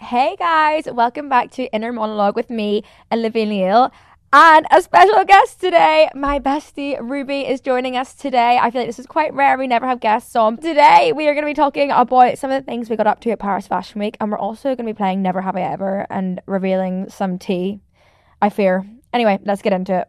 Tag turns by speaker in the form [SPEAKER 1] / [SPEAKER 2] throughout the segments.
[SPEAKER 1] Hey guys, welcome back to Inner Monologue with me, Olivia Neal. And a special guest today, my bestie Ruby is joining us today. I feel like this is quite rare. We never have guests on. Today, we are going to be talking about some of the things we got up to at Paris Fashion Week, and we're also going to be playing Never Have I Ever and revealing some tea. I fear. Anyway, let's get into it.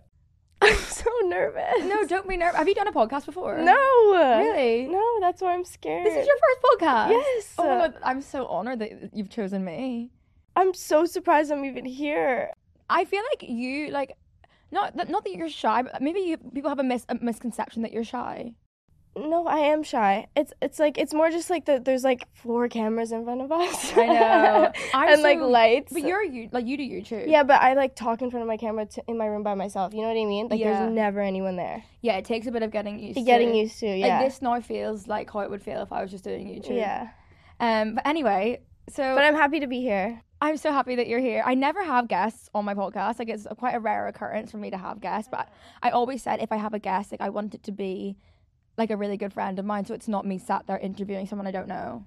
[SPEAKER 2] I'm so nervous.
[SPEAKER 1] No, don't be nervous. Have you done a podcast before?
[SPEAKER 2] No.
[SPEAKER 1] Really?
[SPEAKER 2] No, that's why I'm scared.
[SPEAKER 1] This is your first podcast.
[SPEAKER 2] Yes.
[SPEAKER 1] Oh my god, I'm so honored that you've chosen me.
[SPEAKER 2] I'm so surprised I'm even here.
[SPEAKER 1] I feel like you like not that not that you're shy, but maybe you, people have a, mis- a misconception that you're shy.
[SPEAKER 2] No, I am shy. It's it's like it's more just like the, there's like four cameras in front of us.
[SPEAKER 1] I know. I'm
[SPEAKER 2] and like
[SPEAKER 1] so-
[SPEAKER 2] lights.
[SPEAKER 1] But you're you like you do YouTube.
[SPEAKER 2] yeah, but I like talk in front of my camera t- in my room by myself. You know what I mean? Like
[SPEAKER 1] Yeah.
[SPEAKER 2] there's never anyone there.
[SPEAKER 1] yeah. It takes a bit of getting used. to.
[SPEAKER 2] Getting used to yeah.
[SPEAKER 1] Like this now feels like how it would feel if I was just doing YouTube.
[SPEAKER 2] yeah.
[SPEAKER 1] Um. But anyway, so
[SPEAKER 2] But I'm happy to be here.
[SPEAKER 1] I'm so happy that you're here. I never have guests on my podcast. Like it's quite a rare occurrence for me to have guests, but I always said if I have a guest, like I want it to be like a really good friend of mine, so it's not me sat there interviewing someone I don't know.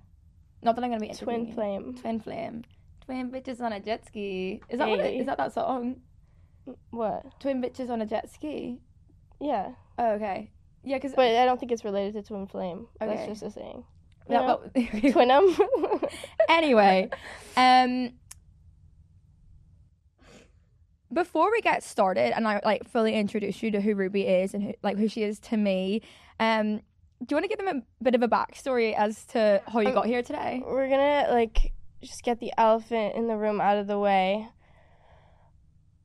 [SPEAKER 1] Not that I'm gonna be interviewing
[SPEAKER 2] Twin
[SPEAKER 1] you.
[SPEAKER 2] flame.
[SPEAKER 1] Twin flame. Twin bitches on a jet ski. Is that what it,
[SPEAKER 2] Hey.
[SPEAKER 1] is that that song?
[SPEAKER 2] What?
[SPEAKER 1] Twin bitches on a jet ski.
[SPEAKER 2] Yeah.
[SPEAKER 1] Oh, okay. Yeah, because
[SPEAKER 2] But I don't think it's related to twin flame.
[SPEAKER 1] Okay.
[SPEAKER 2] That's just a saying.
[SPEAKER 1] that, but-
[SPEAKER 2] Twinum.
[SPEAKER 1] anyway, um, before we get started, and I like fully introduce you to who Ruby is and who, like who she is to me, um, do you want to give them a bit of a backstory as to how you got here today?
[SPEAKER 2] We're gonna like just get the elephant in the room out of the way.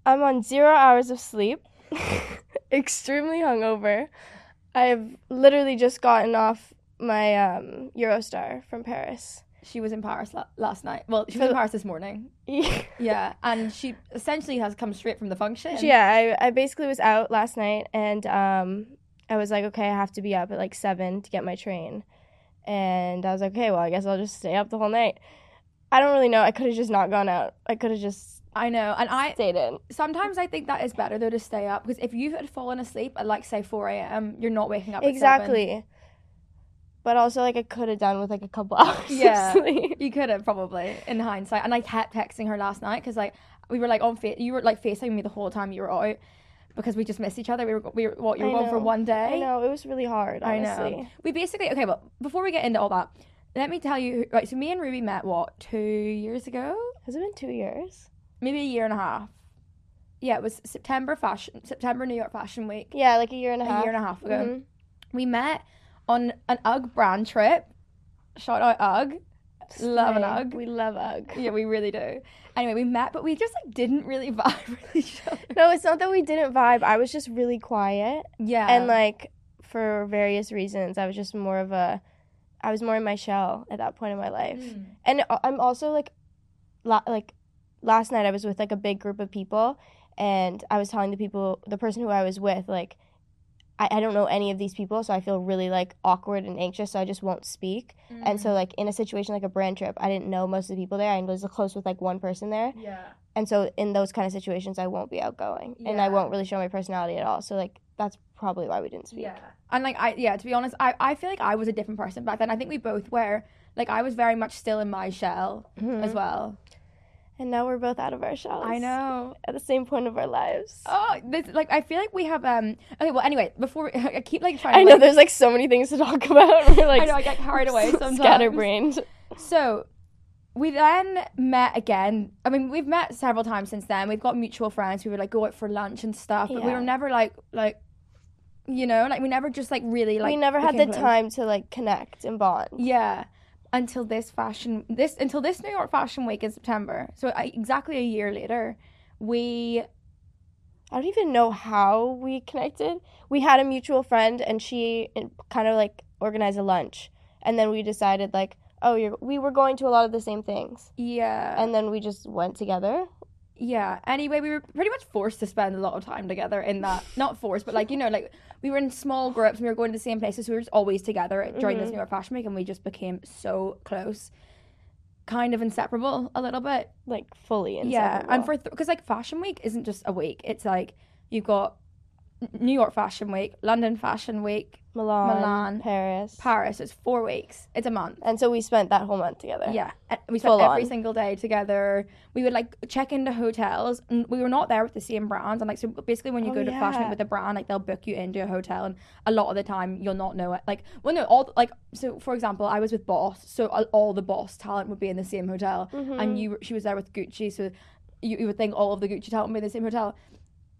[SPEAKER 2] I'm on zero hours of sleep, extremely hungover. I've literally just gotten off my um, Eurostar from Paris.
[SPEAKER 1] She was in Paris la- last night. Well, she
[SPEAKER 2] For
[SPEAKER 1] was in
[SPEAKER 2] the-
[SPEAKER 1] Paris this morning.
[SPEAKER 2] yeah,
[SPEAKER 1] Yeah, and she essentially has come straight from the function.
[SPEAKER 2] I, I basically was out last night and um, I was like, okay, I have to be up at like seven to get my train. And I was like, okay, well, I guess I'll just stay up the whole night. I don't really know. I could have just not gone out. I could have just
[SPEAKER 1] I know, and I
[SPEAKER 2] stayed in.
[SPEAKER 1] sometimes I think that is better though to stay up because if you had fallen asleep at like say four a.m., you're not waking up at seven.
[SPEAKER 2] exactly but also like i could have done with like a couple hours
[SPEAKER 1] Yeah.
[SPEAKER 2] of sleep
[SPEAKER 1] You could have probably in hindsight. And I kept texting her last night because like we were like on fa- you were like facing me the whole time you were out because we just missed each other. We were we were what you were
[SPEAKER 2] I
[SPEAKER 1] gone for
[SPEAKER 2] know.
[SPEAKER 1] one day.
[SPEAKER 2] i know it was really hard
[SPEAKER 1] I
[SPEAKER 2] honestly
[SPEAKER 1] We basically okay, but before we get into all that, let me tell you right. So me and Ruby met what two years ago,
[SPEAKER 2] has it been two years
[SPEAKER 1] maybe a year and a half. Yeah, it was September fashion September New York Fashion Week
[SPEAKER 2] yeah like a year and a,
[SPEAKER 1] a
[SPEAKER 2] half
[SPEAKER 1] year and a half ago.
[SPEAKER 2] Mhm.
[SPEAKER 1] We met on an UGG brand trip. Shout out UGG. Love an
[SPEAKER 2] Slay.
[SPEAKER 1] Ugg.
[SPEAKER 2] we love ugg
[SPEAKER 1] Yeah, we really do. Anyway, we met, but we just like didn't really vibe with each other.
[SPEAKER 2] no it's not that we didn't vibe i was just really quiet
[SPEAKER 1] Yeah,
[SPEAKER 2] and like for various reasons i was just more of a i was more in my shell at that point in my
[SPEAKER 1] Mm.
[SPEAKER 2] life and a- I'm also like, la- like last night I was with like a big group of people, and I was telling the people, the person who I was with, like, I, I don't know any of these people, so I feel really like awkward and anxious, so I just won't speak.
[SPEAKER 1] Mm.
[SPEAKER 2] And so like in a situation like a brand trip, I didn't know most of the people there. I was close with like one person there,
[SPEAKER 1] yeah,
[SPEAKER 2] and so in those kind of situations, I won't be outgoing, and I
[SPEAKER 1] Yeah.
[SPEAKER 2] won't really show my personality at all. So like that's probably why we didn't speak.
[SPEAKER 1] yeah, and like I yeah, to be honest, I I feel like I was a different person back then. I think we both were. Like I was very much still in my shell
[SPEAKER 2] Mhm.
[SPEAKER 1] as well.
[SPEAKER 2] And now we're both out of our shells.
[SPEAKER 1] Mm. I know.
[SPEAKER 2] At the same point of our lives.
[SPEAKER 1] Oh, this like I feel like we have um. Okay, well, anyway, before I keep like trying.
[SPEAKER 2] I
[SPEAKER 1] to,
[SPEAKER 2] know
[SPEAKER 1] like,
[SPEAKER 2] there's like so many things to talk about. We're like
[SPEAKER 1] I know I get carried away sometimes.
[SPEAKER 2] scatterbrained.
[SPEAKER 1] So we then met again. I mean, we've met several times since then. We've got mutual friends. We would like go out for lunch and stuff, but we
[SPEAKER 2] Yeah.
[SPEAKER 1] were never like like you know, like we never just like really like
[SPEAKER 2] we never had the
[SPEAKER 1] became close.
[SPEAKER 2] time to like connect and bond.
[SPEAKER 1] Yeah. Until this fashion this until this New York Fashion Week in September. So I, exactly a year later, we
[SPEAKER 2] I don't even know how we connected. We had a mutual friend, and she eh, kind of like organized a lunch, and then we decided like, oh, you're, we were going to a lot of the same things,
[SPEAKER 1] yeah.
[SPEAKER 2] and then we just went together.
[SPEAKER 1] Yeah. Anyway, we were pretty much forced to spend a lot of time together in that. Not forced, but like you know, like we were in small groups. and We were going to the same places. so we were just always together during this New York Fashion Week, and we just became so close, kind of inseparable a little bit.
[SPEAKER 2] Like fully,
[SPEAKER 1] Yeah,
[SPEAKER 2] inseparable.
[SPEAKER 1] and for because like Fashion Week isn't just a week. It's like you've got New York Fashion Week, London Fashion Week,
[SPEAKER 2] Milan,
[SPEAKER 1] Milan,
[SPEAKER 2] Paris.
[SPEAKER 1] Paris. It's four weeks. It's a month.
[SPEAKER 2] and so we spent that whole month together.
[SPEAKER 1] Yeah, and we spent
[SPEAKER 2] Full
[SPEAKER 1] every
[SPEAKER 2] on.
[SPEAKER 1] single day together. We would like check into hotels, and we were not there with the same brands. And like, so basically, when you
[SPEAKER 2] Oh,
[SPEAKER 1] go to fashion Week
[SPEAKER 2] yeah.
[SPEAKER 1] with a brand, like they'll book you into a hotel, and a lot of the time you'll not know it. Like, well, no, all like so. For example, I was with Boss, so all- all the Boss talent would be in the same hotel,
[SPEAKER 2] Mhm.
[SPEAKER 1] and you were- she was there with Gucci, so you, you would think all of the Gucci talent would be in the same hotel.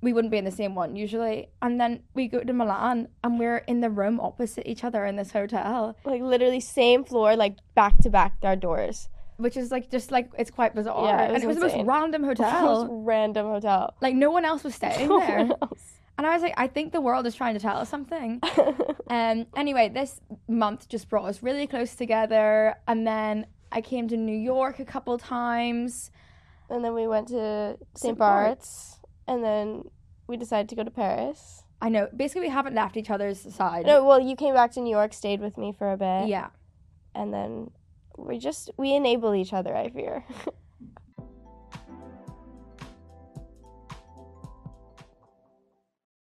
[SPEAKER 1] We wouldn't be in the same one usually, and then we go to Milan, and we're in the room opposite each other in this hotel.
[SPEAKER 2] like literally same floor, like back to back our doors.
[SPEAKER 1] which is like just like it's quite bizarre.
[SPEAKER 2] Yeah, it was
[SPEAKER 1] and it was the most
[SPEAKER 2] insane.
[SPEAKER 1] random
[SPEAKER 2] Most
[SPEAKER 1] hotel.
[SPEAKER 2] random hotel.
[SPEAKER 1] like no one else was staying
[SPEAKER 2] No
[SPEAKER 1] there.
[SPEAKER 2] one else.
[SPEAKER 1] And I was like, I think the world is trying to tell us something. Um anyway, this month just brought us really close together and then I came to New York a couple times.
[SPEAKER 2] and then we went to
[SPEAKER 1] St.
[SPEAKER 2] St. Bart's, and then we decided to go to Paris.
[SPEAKER 1] I know. Basically we haven't left each other's side.
[SPEAKER 2] No, well, you came back to New York, stayed with me for a bit,
[SPEAKER 1] Yeah.
[SPEAKER 2] and then we just we enable each other. I fear.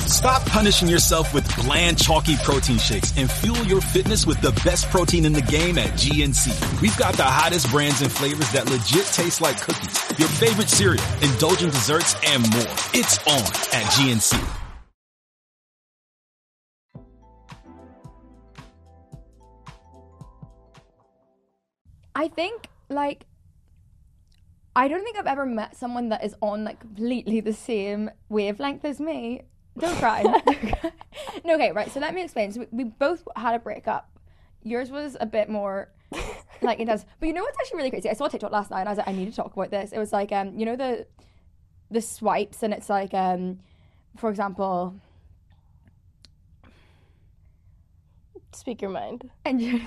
[SPEAKER 3] Stop punishing yourself with bland, chalky protein shakes and fuel your fitness with the best protein in the game at GNC. We've got the hottest brands and flavors that legit taste like cookies, your favorite cereal, indulgent desserts, and more. It's on at GNC.
[SPEAKER 1] I think like I don't think I've ever met someone that is on like completely the same wavelength as me. Don't cry. no, okay, right. So let me explain. So we, we both had a breakup. Yours was a bit more like intense. But you know what's actually really crazy? I saw a TikTok last night and I was like, I need to talk about this. It was like um, you know the the swipes and it's like um, for example,
[SPEAKER 2] Speak your mind.
[SPEAKER 1] and you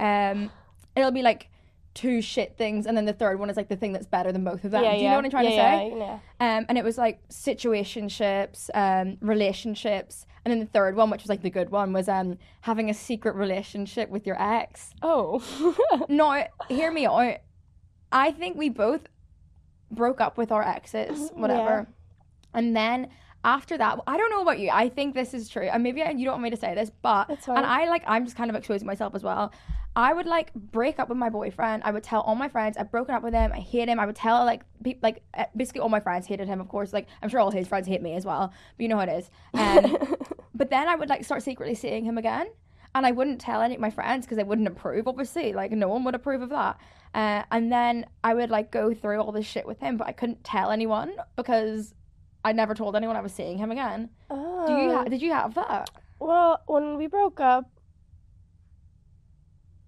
[SPEAKER 1] um it'll be like two shit things and then the third one is like the thing that's better than both of them. Do you know what I'm trying to
[SPEAKER 2] yeah,
[SPEAKER 1] say?
[SPEAKER 2] Yeah, yeah.
[SPEAKER 1] Um, and it was like situationships, um, relationships, and then the third one, which was like the good one, was um, having a secret relationship with your ex.
[SPEAKER 2] Oh,
[SPEAKER 1] No, hear me out. I think we both broke up with our exes, whatever. And then after that, I don't know about you. I think this is true, and maybe I, you don't want me to say this, but
[SPEAKER 2] That's fine.
[SPEAKER 1] and I like I'm just kind of exposing myself as well. I would like break up with my boyfriend. I would tell all my friends I've broken up with him. I hate him. I would tell like pe- like uh, basically all my friends hated him. Of course, like I'm sure all his friends hate me as well. But you know how it is. Um, but then I would like start secretly seeing him again, and I wouldn't tell any of my friends because they wouldn't approve. Obviously, like no one would approve of that. Uh, and then I would like go through all this shit with him, but I couldn't tell anyone because I never told anyone I was seeing him again.
[SPEAKER 2] oh.
[SPEAKER 1] Do you ha- did you have that?
[SPEAKER 2] Well, when we broke up,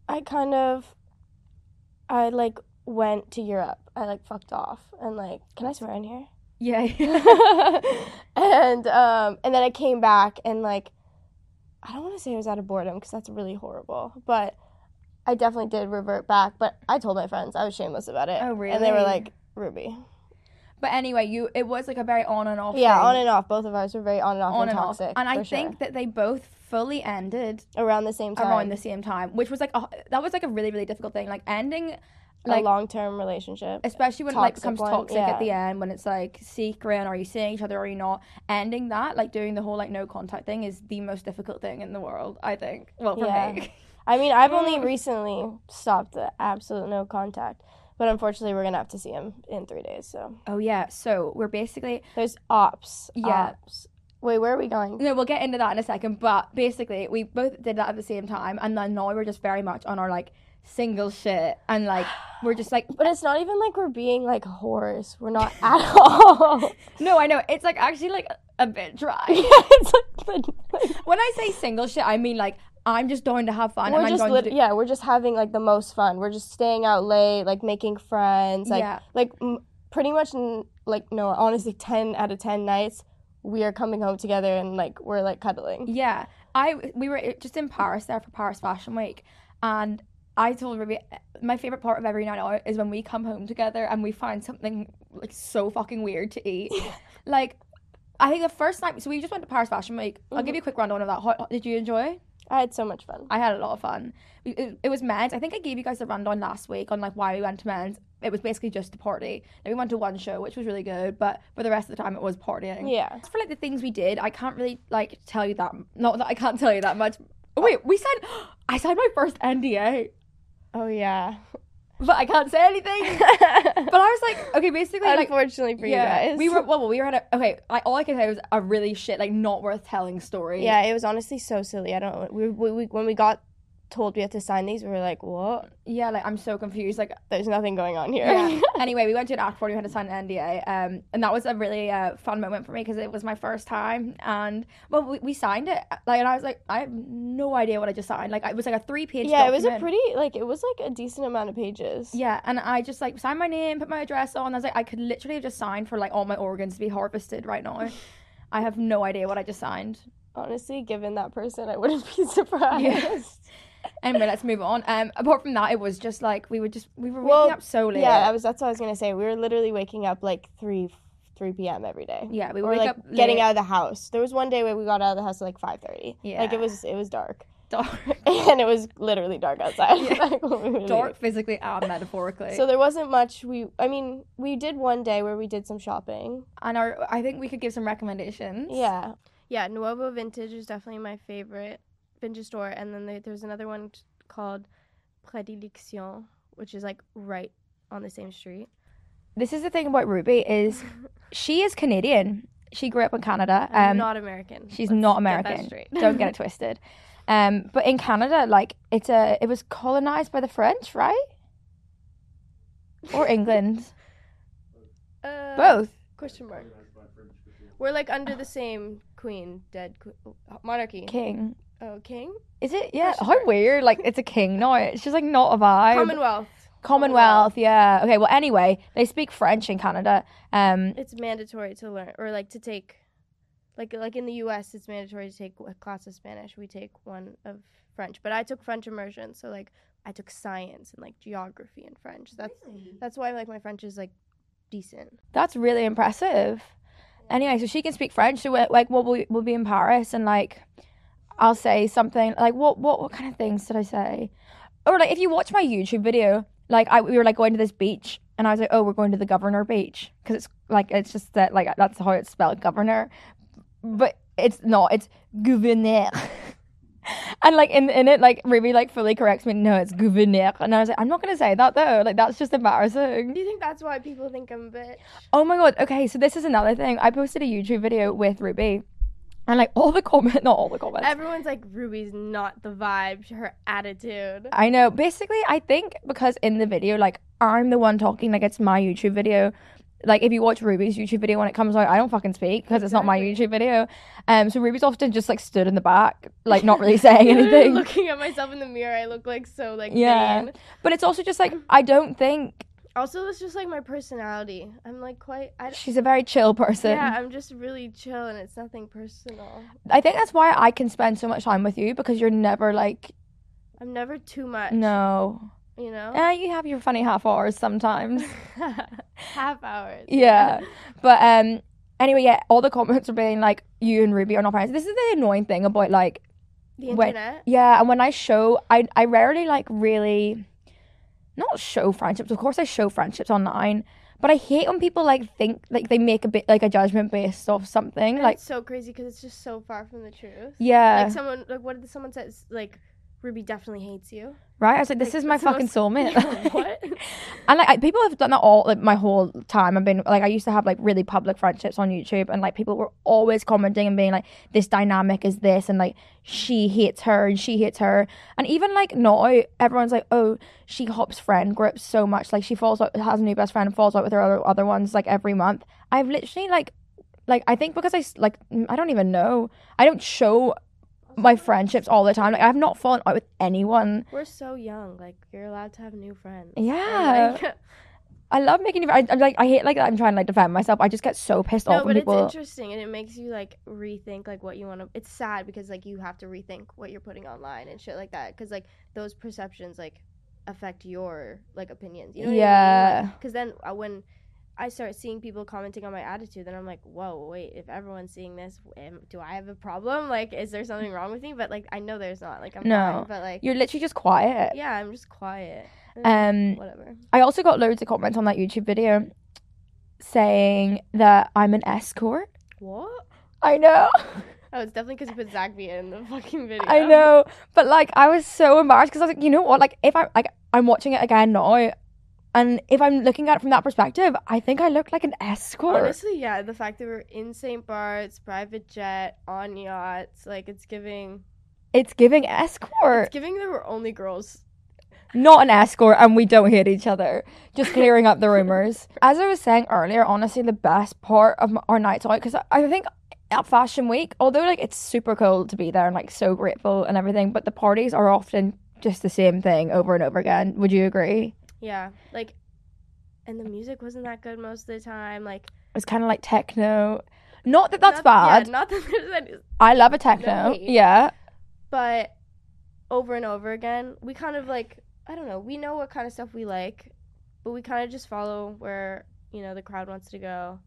[SPEAKER 2] I kind of, I like went to Europe. I like fucked off and like, can I swear in here?
[SPEAKER 1] Yeah.
[SPEAKER 2] and um, and then I came back and like, I don't want to say I was out of boredom because that's really horrible, but I definitely did revert back. But I told my friends I was shameless about it.
[SPEAKER 1] Oh,
[SPEAKER 2] And they were
[SPEAKER 1] really?
[SPEAKER 2] like, Ruby.
[SPEAKER 1] But anyway, you it was like a very on and off.
[SPEAKER 2] Yeah,
[SPEAKER 1] thing.
[SPEAKER 2] on and off. Both of ours were very on and off
[SPEAKER 1] on
[SPEAKER 2] and,
[SPEAKER 1] and off.
[SPEAKER 2] toxic.
[SPEAKER 1] And I
[SPEAKER 2] for sure.
[SPEAKER 1] think that they both fully ended
[SPEAKER 2] around the same time,
[SPEAKER 1] around the same time, which was like a, that was like a really really difficult thing. Like ending,
[SPEAKER 2] a
[SPEAKER 1] like
[SPEAKER 2] long term relationship.
[SPEAKER 1] especially when it like
[SPEAKER 2] toxic
[SPEAKER 1] becomes
[SPEAKER 2] one,
[SPEAKER 1] toxic
[SPEAKER 2] yeah.
[SPEAKER 1] at the end when it's like secret and are you seeing each other or are you not? Ending that like doing the whole like no contact thing is the most difficult thing in the world. I think. Well, for
[SPEAKER 2] Yeah.
[SPEAKER 1] me.
[SPEAKER 2] I mean, I've only recently stopped the absolute no contact, but unfortunately, we're gonna have to see him in three days. So
[SPEAKER 1] oh yeah. So we're basically
[SPEAKER 2] there's ops.
[SPEAKER 1] Yeah.
[SPEAKER 2] Ops. Wait, where are we going?
[SPEAKER 1] No, we'll get into that in a second. But basically, we both did that at the same time, and then now we're just very much on our like single shit, and like we're just like,
[SPEAKER 2] But it's not even like we're being like whores. We're not at all.
[SPEAKER 1] no, I know it's like actually like a bit dry.
[SPEAKER 2] it's like, the, like
[SPEAKER 1] when I say single shit, I mean like I'm just down to have fun,
[SPEAKER 2] we're
[SPEAKER 1] and
[SPEAKER 2] just
[SPEAKER 1] I'm going
[SPEAKER 2] lit-
[SPEAKER 1] to do.
[SPEAKER 2] yeah, we're just having like the most fun. We're just staying out late, like making friends, like
[SPEAKER 1] Yeah.
[SPEAKER 2] like m- pretty much n- like no, honestly, ten out of ten nights we are coming home together and like we're like cuddling.
[SPEAKER 1] Yeah, I we were eh, just in Paris there for Paris Fashion Week, and I told Ruby my favorite part of every night out is when we come home together and we find something like so fucking weird to eat. like, I think the first night, so we just went to Paris Fashion Week. I'll give you a quick rundown of that. How, did you enjoy?
[SPEAKER 2] I had so much fun.
[SPEAKER 1] I had a lot of fun. We- It, it was men's. I think I gave you guys the rundown last week on like why we went to men's. It was basically just to party. Like, we went to one show, which was really good, but for the rest of the time, it was partying.
[SPEAKER 2] Yeah.
[SPEAKER 1] As for like the things we did, I can't really like tell you that. Not that I can't tell you that much. Oh, wait, we signed. I signed my first NDA,
[SPEAKER 2] Oh yeah.
[SPEAKER 1] but I can't say anything. But I was like, okay, basically, like
[SPEAKER 2] Unfortunately for you guys,
[SPEAKER 1] we were well, we were at a okay. I, all I can say was a really shit, like not worth telling story.
[SPEAKER 2] Yeah, it was honestly so silly. I don't. We, we, we when we got told we had to sign these, we were like, "What?
[SPEAKER 1] yeah, like I'm so confused. Like
[SPEAKER 2] There's nothing going on here."
[SPEAKER 1] Yeah. anyway, we went to an after party. We had to sign an NDA, um, and that was a really uh, fun moment for me because it was my first time. And well, we, we signed it, like, and I was like, I have no idea what I just signed. Like, it was like a three page.
[SPEAKER 2] Yeah, it was a pretty like it was like a decent amount of pages.
[SPEAKER 1] Yeah, and I just like signed my name, put my address on. I was like, I could literally have just signed for like all my organs to be harvested right now. I have no idea what I just signed.
[SPEAKER 2] Honestly, given that person, I wouldn't be surprised.
[SPEAKER 1] Yeah. Anyway, let's move on. Um, apart from that, it was just like we were just we were waking
[SPEAKER 2] Well,
[SPEAKER 1] up so late.
[SPEAKER 2] Yeah, I was. That's what I was gonna say. We were literally waking up like three, three p.m. every day.
[SPEAKER 1] yeah, we
[SPEAKER 2] We
[SPEAKER 1] were
[SPEAKER 2] were
[SPEAKER 1] wake
[SPEAKER 2] like
[SPEAKER 1] up
[SPEAKER 2] getting
[SPEAKER 1] late,
[SPEAKER 2] out of the house. There was one day where we got out of the house at like five thirty. like
[SPEAKER 1] Yeah.
[SPEAKER 2] it was it was dark,
[SPEAKER 1] dark,
[SPEAKER 2] and it was literally dark outside.
[SPEAKER 1] Yeah.
[SPEAKER 2] like, when we were leaving.
[SPEAKER 1] dark physically and metaphorically.
[SPEAKER 2] So there wasn't much. We I mean we did one day where we did some shopping.
[SPEAKER 1] and our, I think we could give some recommendations.
[SPEAKER 2] Yeah. Yeah, Nuovo Vintage is definitely my favorite vintage store. And then there, there's another one t- called Prédilection, which is like right on the same street.
[SPEAKER 1] This is the thing about Ruby is she is Canadian. She grew up in Canada. Um,
[SPEAKER 2] not American.
[SPEAKER 1] she's
[SPEAKER 2] Let's
[SPEAKER 1] not
[SPEAKER 2] get that
[SPEAKER 1] American.
[SPEAKER 2] straight.
[SPEAKER 1] Don't get it twisted. Um, but in Canada, like it's a, it was colonized by the French, right? Or England,
[SPEAKER 2] Uh,
[SPEAKER 1] both.
[SPEAKER 2] Question mark. We're like under the same queen, dead queen, monarchy.
[SPEAKER 1] King.
[SPEAKER 2] Oh, king?
[SPEAKER 1] Is it? Yeah.
[SPEAKER 2] Question
[SPEAKER 1] How
[SPEAKER 2] mark.
[SPEAKER 1] weird. Like it's a king. No, it's just like not a vibe.
[SPEAKER 2] Commonwealth.
[SPEAKER 1] Commonwealth. Yeah. Okay. Well, anyway, they speak French in Canada. Um,
[SPEAKER 2] It's mandatory to learn or like to take like like in the US it's mandatory to take a class of Spanish. We take one of French. But I took French immersion, so like I took science and like geography and French. That's that's why like my French is like decent.
[SPEAKER 1] That's really impressive. Anyway, so she can speak French. So we're, like, we'll be, we'll be in Paris, and like, I'll say something like, what what what kind of things did I say? Or like, if you watch my YouTube video, like I we were like going to this beach, and I was like, oh, we're going to the Governor Beach because it's like it's just that like that's how it's spelled, Governor, but it's not. It's Gouverneur. And like in, in it, like Ruby like fully corrects me. No, it's gouverneur, and I was like, I'm not gonna say that though. Like that's just embarrassing.
[SPEAKER 2] Do you think that's why people think I'm a bitch?
[SPEAKER 1] Oh my god. Okay, so this is another thing. I posted a YouTube video with Ruby, and like all the comments, not all the comments.
[SPEAKER 2] Everyone's like Ruby's not the vibe, her attitude.
[SPEAKER 1] I know. Basically, I think because in the video, like I'm the one talking, like it's my YouTube video. Like if you watch Ruby's YouTube video when it comes out, I don't fucking speak because it's not my YouTube video. Um, so Ruby's often just like stood in the back, like not really saying anything.
[SPEAKER 2] Looking at myself in the mirror, I look like so like
[SPEAKER 1] Yeah.
[SPEAKER 2] vain.
[SPEAKER 1] But it's also just like I don't think
[SPEAKER 2] Also, it's just like my personality. I'm like quite. I,
[SPEAKER 1] she's a very chill person.
[SPEAKER 2] yeah, I'm just really chill, and it's nothing personal.
[SPEAKER 1] I think that's why I can spend so much time with you because you're never like
[SPEAKER 2] I'm never too much.
[SPEAKER 1] no.
[SPEAKER 2] you know,
[SPEAKER 1] Uh, you have your funny half hours sometimes.
[SPEAKER 2] half hours.
[SPEAKER 1] yeah. But um anyway, yeah, all the comments are being like, you and Ruby are not friends. This is the annoying thing about like
[SPEAKER 2] the
[SPEAKER 1] when-
[SPEAKER 2] internet.
[SPEAKER 1] yeah, and when I show I I rarely like really not show friendships. Of course I show friendships online. But I hate when people like think like they make a bit like a judgment based off something.
[SPEAKER 2] And
[SPEAKER 1] Like
[SPEAKER 2] it's so crazy because it's just so far from the truth.
[SPEAKER 1] yeah.
[SPEAKER 2] Like someone, like what did someone says? Like Ruby definitely hates you.
[SPEAKER 1] right? I was like, this
[SPEAKER 2] like,
[SPEAKER 1] is my
[SPEAKER 2] that's the
[SPEAKER 1] fucking
[SPEAKER 2] most-
[SPEAKER 1] soulmate.
[SPEAKER 2] what?
[SPEAKER 1] And like I, people have done that all like my whole time. I've been like I used to have like really public friendships on YouTube, and like people were always commenting and being like, "This dynamic is this," and like she hates her and she hates her, and even like now everyone's like, "Oh, she hops friend groups so much. Like she falls out, has a new best friend, and falls out with her other other ones like every month." I've literally like, like I think because I s- like mm, I don't even know. I don't show my friendships all the time. Like I've not fallen out with anyone.
[SPEAKER 2] We're so young. Like you're allowed to have new friends.
[SPEAKER 1] Yeah.
[SPEAKER 2] And, like,
[SPEAKER 1] I love making. I, I'm like I hate like that I'm trying to like defend myself. I just get so pissed
[SPEAKER 2] No,
[SPEAKER 1] off when
[SPEAKER 2] but
[SPEAKER 1] people.
[SPEAKER 2] it's interesting and it makes you like rethink like what you want to. It's sad because like you have to rethink what you're putting online and shit like that because like those perceptions like affect your like opinions. You know what I mean?
[SPEAKER 1] Yeah.
[SPEAKER 2] Because then uh, when I start seeing people commenting on my attitude, then I'm like, whoa, wait, if everyone's seeing this, am, do I have a problem? Like, is there something wrong with me? But like, I know there's not. Like, I'm
[SPEAKER 1] No.
[SPEAKER 2] fine, but like,
[SPEAKER 1] You're literally just quiet.
[SPEAKER 2] yeah, I'm just quiet.
[SPEAKER 1] Um,
[SPEAKER 2] whatever.
[SPEAKER 1] I also got loads of comments on that YouTube video saying that I'm an escort.
[SPEAKER 2] What?
[SPEAKER 1] I know.
[SPEAKER 2] Oh, it's definitely because you put Zagby in the fucking video.
[SPEAKER 1] I know. But like I was so embarrassed because I was like, you know what? Like if I like I'm watching it again now and if I'm looking at it from that perspective, I think I look like an escort.
[SPEAKER 2] Honestly, yeah, the fact that we're in St. Bart's, private jet, on yachts, like it's giving
[SPEAKER 1] It's giving escort.
[SPEAKER 2] it's giving that we're only girls.
[SPEAKER 1] not an escort and we don't hit each other. Just clearing up the rumors. As I was saying earlier, honestly, the best part of m- our nights out, because I, I think at Fashion Week, although like it's super cool to be there and like so grateful and everything, but the parties are often just the same thing over and over again. Would you agree?
[SPEAKER 2] Yeah. Like and the music wasn't that good most of the time. Like
[SPEAKER 1] It's kind of like techno. Not that that's
[SPEAKER 2] not- yeah,
[SPEAKER 1] bad.
[SPEAKER 2] not that there's any
[SPEAKER 1] I love a techno.
[SPEAKER 2] Right.
[SPEAKER 1] Yeah.
[SPEAKER 2] but over and over again, we kind of like I don't know, we know what kind of stuff we like, but we kind of just follow where, you know, the crowd wants to go.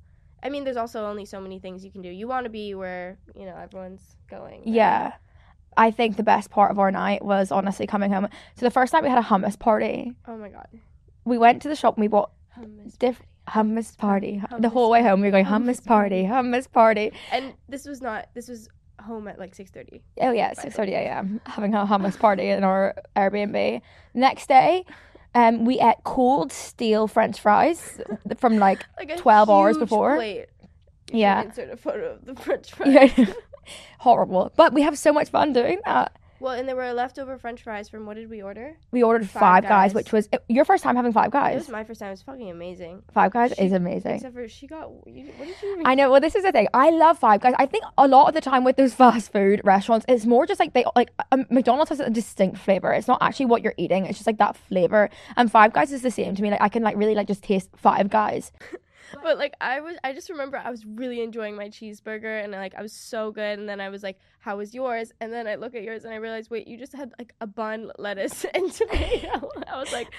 [SPEAKER 2] I mean, there's also only so many things you can do. You want to be where, you know, everyone's going. right?
[SPEAKER 1] Yeah. I think the best part of our night was honestly coming home. So the first night we had a hummus party.
[SPEAKER 2] Oh my god.
[SPEAKER 1] We went to the shop and we bought
[SPEAKER 2] Hummus
[SPEAKER 1] Diff- hummus party. The
[SPEAKER 2] Hummus
[SPEAKER 1] whole way home, we were going
[SPEAKER 2] Hummus
[SPEAKER 1] hummus party, hummus party.
[SPEAKER 2] and this was not this was home at like 6.30
[SPEAKER 1] Oh yeah, it's six thirty a.m. Having a hummus party in our Airbnb. Next day, um, we ate cold steel French fries from like
[SPEAKER 2] like a
[SPEAKER 1] 12 hours
[SPEAKER 2] huge
[SPEAKER 1] before?
[SPEAKER 2] plate. You
[SPEAKER 1] Yeah.
[SPEAKER 2] should insert a photo of the french fries
[SPEAKER 1] horrible, but we have so much fun doing that.
[SPEAKER 2] well and there were leftover french fries from what did we order
[SPEAKER 1] We ordered Five,
[SPEAKER 2] Five
[SPEAKER 1] guys,
[SPEAKER 2] Guys.
[SPEAKER 1] which was your first time having Five
[SPEAKER 2] it
[SPEAKER 1] Guys.
[SPEAKER 2] was my first time it was fucking amazing
[SPEAKER 1] Five Guys
[SPEAKER 2] She-
[SPEAKER 1] is amazing.
[SPEAKER 2] except for she got you- what did you even
[SPEAKER 1] I know. Well, this is the thing. I love Five Guys. I think a lot of the time with those fast food restaurants, it's more just like they like um, McDonald's has a distinct flavor. It's not actually what you're eating. It's just like that flavor. And Five Guys is the same to me. Like I can like really like just taste Five Guys.
[SPEAKER 2] but like i was i just remember i was really enjoying my cheeseburger and like i was so good and then i was like how was yours and then i look at yours and i realized wait you just had like a bun lettuce and tomato i was like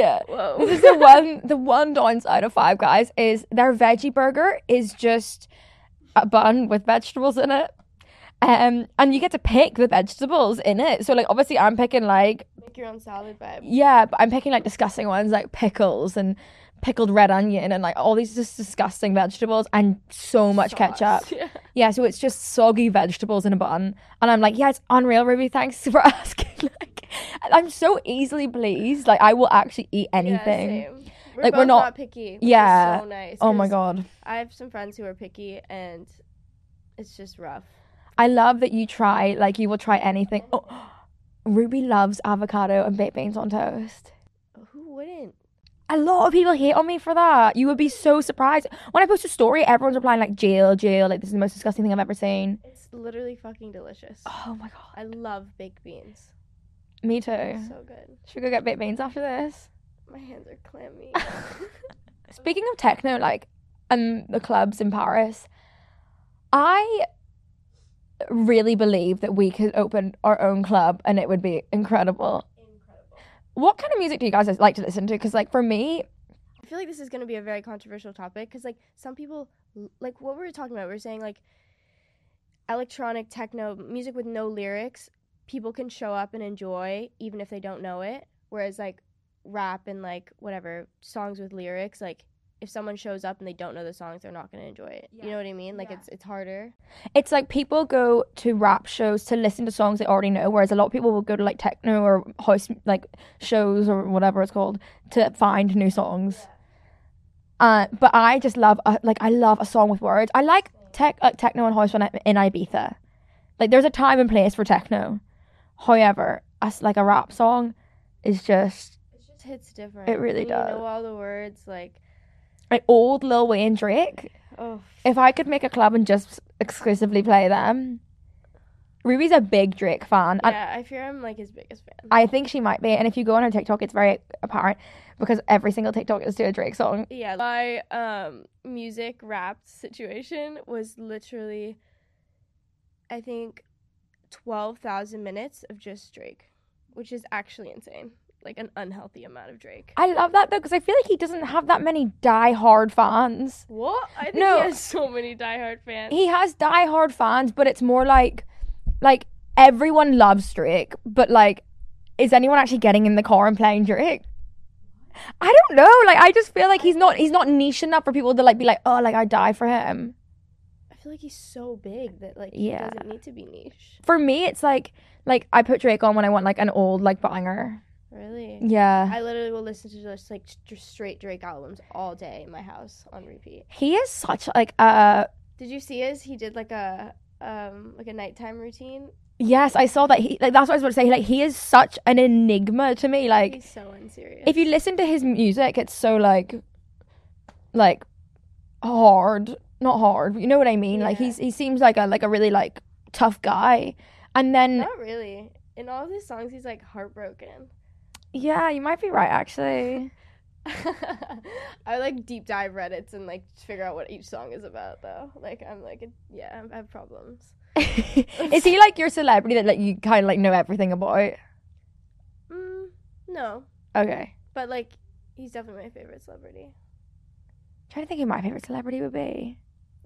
[SPEAKER 1] Yeah.
[SPEAKER 2] whoa
[SPEAKER 1] This is the one. The one downside of Five Guys is their veggie burger is just a bun with vegetables in it. Um, and you get to pick the vegetables in it. So like obviously I'm picking like
[SPEAKER 2] make your own salad vibe
[SPEAKER 1] Yeah, but I'm picking like disgusting ones like pickles and pickled red onion and like all these just disgusting vegetables and so much
[SPEAKER 2] Sauce.
[SPEAKER 1] ketchup.
[SPEAKER 2] yeah
[SPEAKER 1] Yeah, so it's just soggy vegetables in a bun. And I'm like, yeah, it's unreal, Ruby. Thanks for asking. like, I'm so easily pleased. Like, I will actually eat anything.
[SPEAKER 2] Yeah, same. We're
[SPEAKER 1] Like,
[SPEAKER 2] both
[SPEAKER 1] we're not-
[SPEAKER 2] picky. Which
[SPEAKER 1] Yeah.
[SPEAKER 2] Is so nice.
[SPEAKER 1] oh my God.
[SPEAKER 2] 'cause I have some friends who are picky, and it's just rough.
[SPEAKER 1] I love that you try, like, you will try anything. Oh, Ruby loves avocado and baked beans on toast.
[SPEAKER 2] Who wouldn't?
[SPEAKER 1] A lot of people hate on me for that. You would be so surprised. When I post a story, everyone's replying like jail, jail, like this is the most disgusting thing I've ever seen.
[SPEAKER 2] It's literally fucking delicious.
[SPEAKER 1] Oh my god.
[SPEAKER 2] I love baked beans.
[SPEAKER 1] Me too.
[SPEAKER 2] So good.
[SPEAKER 1] Should we go get baked beans after this?
[SPEAKER 2] My hands are clammy.
[SPEAKER 1] Speaking of techno, like um the clubs in Paris, I really believe that we could open our own club and it would be incredible. What kind of music do you guys like to listen to? Because like for me,
[SPEAKER 2] I feel like this is going to be a very controversial topic because, like, some people, like, what we were talking about, we were saying, like, electronic techno music with no lyrics, people can show up and enjoy even if they don't know it. Whereas, like, rap and, like, whatever, songs with lyrics, like, if someone shows up and they don't know the songs, they're not going to enjoy it. You know what I mean? Like, it's it's harder.
[SPEAKER 1] it's like people go to rap shows to listen to songs they already know, whereas a lot of people will go to like techno or house like shows or whatever it's called to find new songs. Uh, but I just love a, like I love a song with words. I like tech uh, techno and house when I'm in Ibiza. Like there's a time and place for techno. However, as like a rap song is just
[SPEAKER 2] It just hits different.
[SPEAKER 1] It really
[SPEAKER 2] And You
[SPEAKER 1] does.
[SPEAKER 2] know all the words, like,
[SPEAKER 1] like old Lil Wayne Drake.
[SPEAKER 2] oh,
[SPEAKER 1] If I could make a club and just exclusively play them, Ruby's a big Drake fan, and
[SPEAKER 2] yeah, I fear I'm like his biggest fan.
[SPEAKER 1] I think she might be. And if you go on her TikTok, it's very apparent because every single TikTok is to a Drake song.
[SPEAKER 2] yeah, my um music wrapped situation was literally, I think, twelve thousand minutes of just Drake, which is actually insane. Like an unhealthy amount of Drake.
[SPEAKER 1] I love that though because I feel like he doesn't have that many die-hard fans.
[SPEAKER 2] what? I think
[SPEAKER 1] No.
[SPEAKER 2] he has so many diehard fans.
[SPEAKER 1] He has die-hard fans, but it's more like, like everyone loves Drake, but like, is anyone actually getting in the car and playing Drake? I don't know. Like, I just feel like he's not he's not niche enough for people to like be like, oh, like I die for him.
[SPEAKER 2] I feel like he's so big that like he
[SPEAKER 1] Yeah.
[SPEAKER 2] doesn't need to be niche.
[SPEAKER 1] For me, it's like like I put Drake on when I want like an old like banger.
[SPEAKER 2] Really.
[SPEAKER 1] Yeah.
[SPEAKER 2] I literally will listen to just like just straight Drake albums all day in my house on repeat.
[SPEAKER 1] He is such like a
[SPEAKER 2] Did you see his? He did like a um like a nighttime routine.
[SPEAKER 1] yes. I saw that he like that's what I was about to say. Like he is such an enigma to me. Like
[SPEAKER 2] He's so unserious.
[SPEAKER 1] if you listen to his music, it's so like like hard, not hard. but You know what I mean? Like
[SPEAKER 2] Yeah.
[SPEAKER 1] he's he seems like a like a really like tough guy. And then
[SPEAKER 2] not really. In all of his songs, he's like heartbroken.
[SPEAKER 1] yeah, you might be right actually.
[SPEAKER 2] I like deep dive Reddit's and like figure out what each song is about though. Like I'm like a, yeah, I have problems.
[SPEAKER 1] is he like your celebrity that like you kind of like know everything about?
[SPEAKER 2] Mm, no,
[SPEAKER 1] Okay.
[SPEAKER 2] but like he's definitely my favorite celebrity.
[SPEAKER 1] trying to think who my favorite celebrity would be.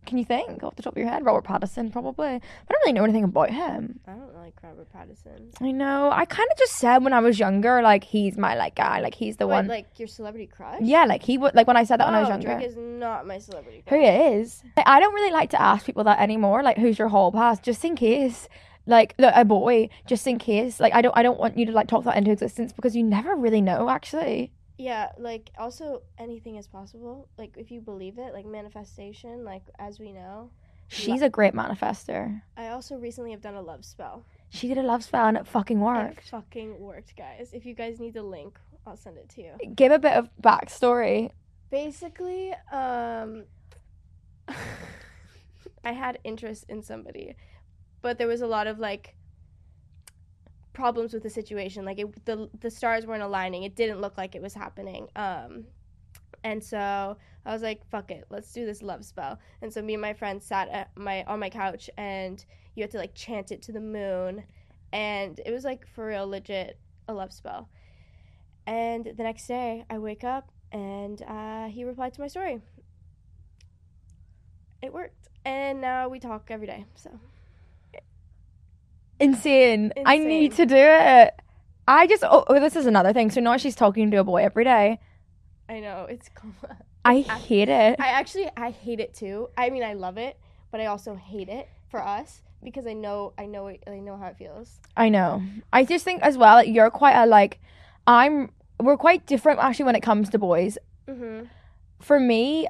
[SPEAKER 1] Can you think off the top of your head? Robert Pattinson, probably. I don't really know anything about him.
[SPEAKER 2] I don't like Robert Pattinson.
[SPEAKER 1] I know. I kind of just said when I was younger, like he's my like guy, like he's the
[SPEAKER 2] Wait,
[SPEAKER 1] one.
[SPEAKER 2] like your celebrity crush?
[SPEAKER 1] yeah, like he would like when I said that when I was
[SPEAKER 2] Oh,
[SPEAKER 1] younger.
[SPEAKER 2] Drake is not my celebrity.
[SPEAKER 1] who
[SPEAKER 2] Crush.
[SPEAKER 1] is? Like, I don't really like to ask people that anymore. Like, who's your hall pass? Just in case. Like, look, a boy. Just in case. Like, I don't. I don't want you to like talk that into existence because you never really know. Actually,
[SPEAKER 2] Yeah, like also anything is possible. Like if you believe it, like manifestation, like as we know.
[SPEAKER 1] she's a great manifester.
[SPEAKER 2] I also recently have done a love spell.
[SPEAKER 1] She did a love spell and it fucking worked.
[SPEAKER 2] It fucking worked, guys. If you guys need the link, I'll send it to you.
[SPEAKER 1] Give a bit of backstory.
[SPEAKER 2] Basically, um I had interest in somebody, but there was a lot of like problems with the situation. Like it, the the stars weren't aligning. It didn't look like it was happening. Um and so I was like, "Fuck it, let's do this love spell." And so me and my friend sat at my on my couch, and you had to like chant it to the moon, and it was like for real, legit a love spell. And the next day, I wake up and uh, he replied to my story. It worked, and now we talk every day. So
[SPEAKER 1] Insane. I need to
[SPEAKER 2] Insane.
[SPEAKER 1] do it. I just oh, oh, this is another thing. So now she's talking to a boy every day.
[SPEAKER 2] I know it's. Cool.
[SPEAKER 1] I hate it.
[SPEAKER 2] I actually I hate it too. I mean, I love it, but I also hate it for us because I know I know it, I know how it feels.
[SPEAKER 1] I know. I just think as well. Like, you're quite a like. I'm. We're quite different actually when it comes to boys.
[SPEAKER 2] Mm-hmm.
[SPEAKER 1] For me,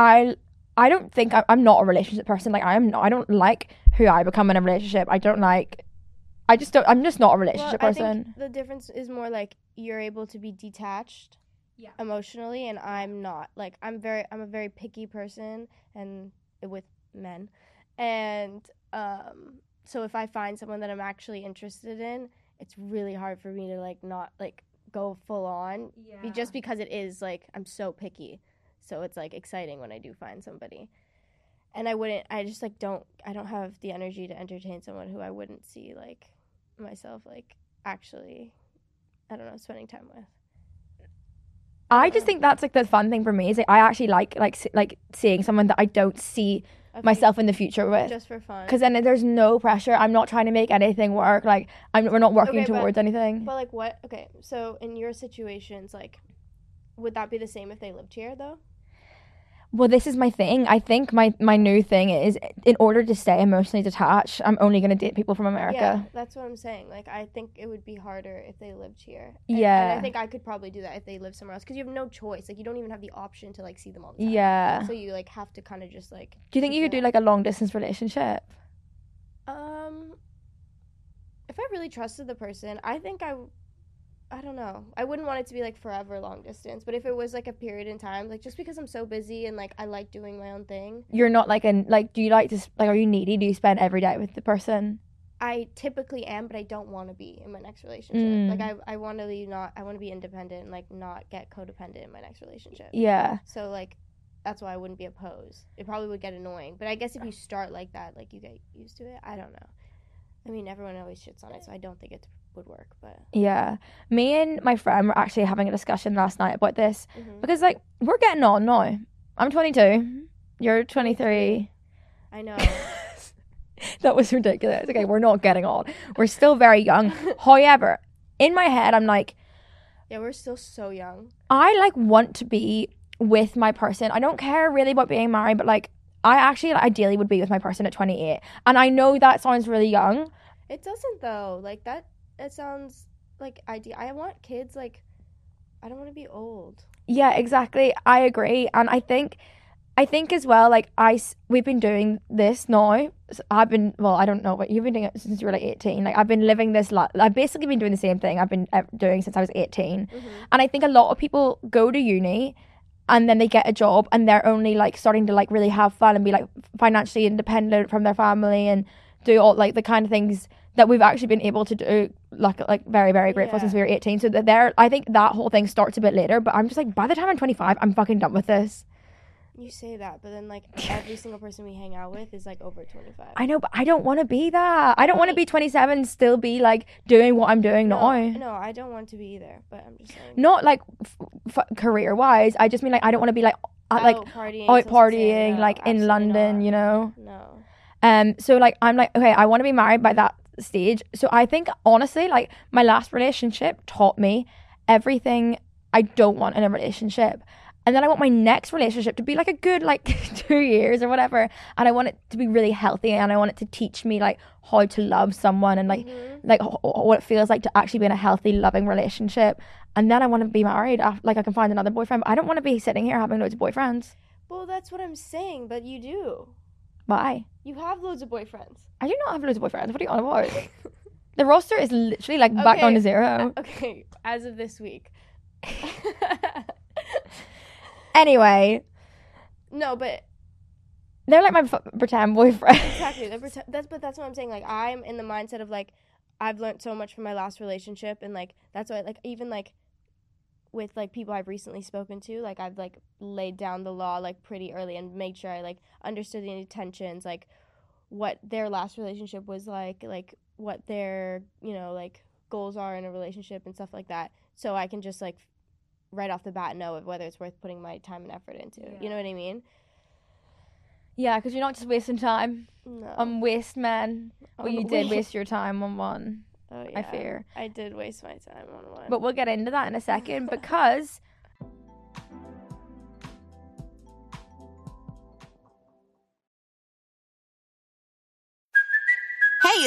[SPEAKER 1] I. I don't think I, I'm not a relationship person. Like I am. Not, I don't like who I become in a relationship. I don't like. I just don't. I'm just not a relationship
[SPEAKER 2] well, I
[SPEAKER 1] person.
[SPEAKER 2] think the difference is more like you're able to be detached
[SPEAKER 1] Yeah.
[SPEAKER 2] emotionally and I'm not. Like I'm very I'm a very picky person and with men. And um so if I find someone that I'm actually interested in, it's really hard for me to like not like go full on be- just because it is like I'm so picky. So it's like exciting when I do find somebody. And I wouldn't I just like don't I don't have the energy to entertain someone who I wouldn't see like myself like actually I don't know spending time with.
[SPEAKER 1] I just think that's like the fun thing for me is like I actually like like se- like seeing someone that I don't see
[SPEAKER 2] A few-
[SPEAKER 1] myself in the future with.
[SPEAKER 2] just for fun.
[SPEAKER 1] Because then there's no pressure. I'm not trying to make anything work. Like I'm, we're not working
[SPEAKER 2] Okay, but-
[SPEAKER 1] towards anything.
[SPEAKER 2] But like what? Okay, so in your situations, like, would that be the same if they lived here though?
[SPEAKER 1] well, this is my thing. I think my my new thing is in order to stay emotionally detached, I'm only gonna date people from
[SPEAKER 2] Yeah,
[SPEAKER 1] America.
[SPEAKER 2] that's what I'm saying. Like, I think it would be harder if they lived here. And- and
[SPEAKER 1] Yeah.
[SPEAKER 2] I think I could probably do that if they lived somewhere else because you have no choice. Like, you don't even have the option to like see them all the
[SPEAKER 1] Yeah.
[SPEAKER 2] time. So you like have to kind of just like.
[SPEAKER 1] Do you think you could do like a long distance relationship?
[SPEAKER 2] Um, if I really trusted the person, I think I, w- I don't know. I wouldn't want it to be like forever long distance, but if it was like a period in time, like just because I'm so busy and like I like doing my own thing,
[SPEAKER 1] You're not like an like. Do you like to s- like? Are you needy? Do you spend every day with the person?
[SPEAKER 2] I typically am, but I don't want to be in my next relationship.
[SPEAKER 1] Mm.
[SPEAKER 2] Like I, I want to be not, I want to be independent and like not get codependent in my next relationship.
[SPEAKER 1] Yeah.
[SPEAKER 2] So like, that's why I wouldn't be opposed. It probably would get annoying, but I guess if you start like that, like you get used to it. I don't know. I mean, everyone always shits on it, so I don't think it would work. But
[SPEAKER 1] Yeah. Me and my friend were actually having a discussion last night about this
[SPEAKER 2] Mhm.
[SPEAKER 1] because, like, we're getting on now. I'm 22. You're 23.
[SPEAKER 2] I know.
[SPEAKER 1] that was ridiculous. Okay, we're not getting on. We're still very young. However, in my head, I'm like,
[SPEAKER 2] yeah, we're still so young.
[SPEAKER 1] I like want to be with my person. I don't care really about being married, but like, I actually ideally would be with my person at 28. And I know that sounds really young.
[SPEAKER 2] It doesn't though. Like that. It sounds like idea. I want kids. Like I don't want to be old.
[SPEAKER 1] Yeah, exactly. I agree, and I think, I think as well. Like I, s- we've been doing this now. S- I've been well. I don't know, but you've been doing it since you were like eighteen. Like I've been living this. Li- I've basically been doing the same thing I've been uh, doing since I was eighteen.
[SPEAKER 2] Mhm.
[SPEAKER 1] And I think a lot of people go to uni, and then they get a job, and they're only like starting to like really have fun and be like financially independent from their family and do all like the kind of things that we've actually been able to do like like very very grateful
[SPEAKER 2] Yeah.
[SPEAKER 1] since we were 18 so that there i think that whole thing starts a bit later but i'm just like by the time i'm 25 i'm fucking done with this
[SPEAKER 2] You say that, but then like every single person we hang out with is like over twenty five.
[SPEAKER 1] i know but i don't want to be that i don't want to be 27 and still be like doing what i'm doing now
[SPEAKER 2] No, I don't want to be either. But I'm just saying.
[SPEAKER 1] not like f- f- career wise i just mean like i don't want to be like at, uh, like
[SPEAKER 2] Out Oh, partying,
[SPEAKER 1] out
[SPEAKER 2] till 6 a.m.
[SPEAKER 1] partying
[SPEAKER 2] No,
[SPEAKER 1] like in
[SPEAKER 2] absolutely
[SPEAKER 1] london
[SPEAKER 2] not.
[SPEAKER 1] you know
[SPEAKER 2] No.
[SPEAKER 1] Um, so like I'm like, okay, I want to be married by that stage. So I think honestly, like my last relationship taught me everything I don't want in a relationship. And then I want my next relationship to be like a good like two years or whatever. And I want it to be really healthy and I want it to teach me like how to love someone and like
[SPEAKER 2] Mhm.
[SPEAKER 1] like ho- ho- what it feels like to actually be in a healthy, loving relationship. And then I want to be married. af- Like I can find another boyfriend, but I don't want to be sitting here having loads of boyfriends.
[SPEAKER 2] Well, that's what I'm saying. But you do.
[SPEAKER 1] Why?
[SPEAKER 2] You have loads of boyfriends.
[SPEAKER 1] I do not have loads of boyfriends. What are you on about? the roster is literally like back down
[SPEAKER 2] Okay.
[SPEAKER 1] to zero.
[SPEAKER 2] Okay, as of this week.
[SPEAKER 1] Anyway,
[SPEAKER 2] no, but
[SPEAKER 1] they're like my f- pretend boyfriend.
[SPEAKER 2] exactly. the prote- That's but that's what I'm saying. Like I'm in the mindset of like I've learned so much from my last relationship, and like that's why like even like with like people I've recently spoken to, like I've like laid down the law like pretty early and made sure I like understood the intentions, like what their last relationship was like, like what their you know like goals are in a relationship and stuff like that, so I can just like right off the bat know of whether it's worth putting my time and effort into. You know what I mean?
[SPEAKER 1] Yeah, because you're not just wasting time
[SPEAKER 2] No.
[SPEAKER 1] on waste men. Well,
[SPEAKER 2] Um,
[SPEAKER 1] you did waste your time on one,
[SPEAKER 2] Oh,
[SPEAKER 1] I
[SPEAKER 2] yeah.
[SPEAKER 1] fear.
[SPEAKER 2] I did waste my time on one.
[SPEAKER 1] But we'll get into that in a second because
[SPEAKER 4] Hey,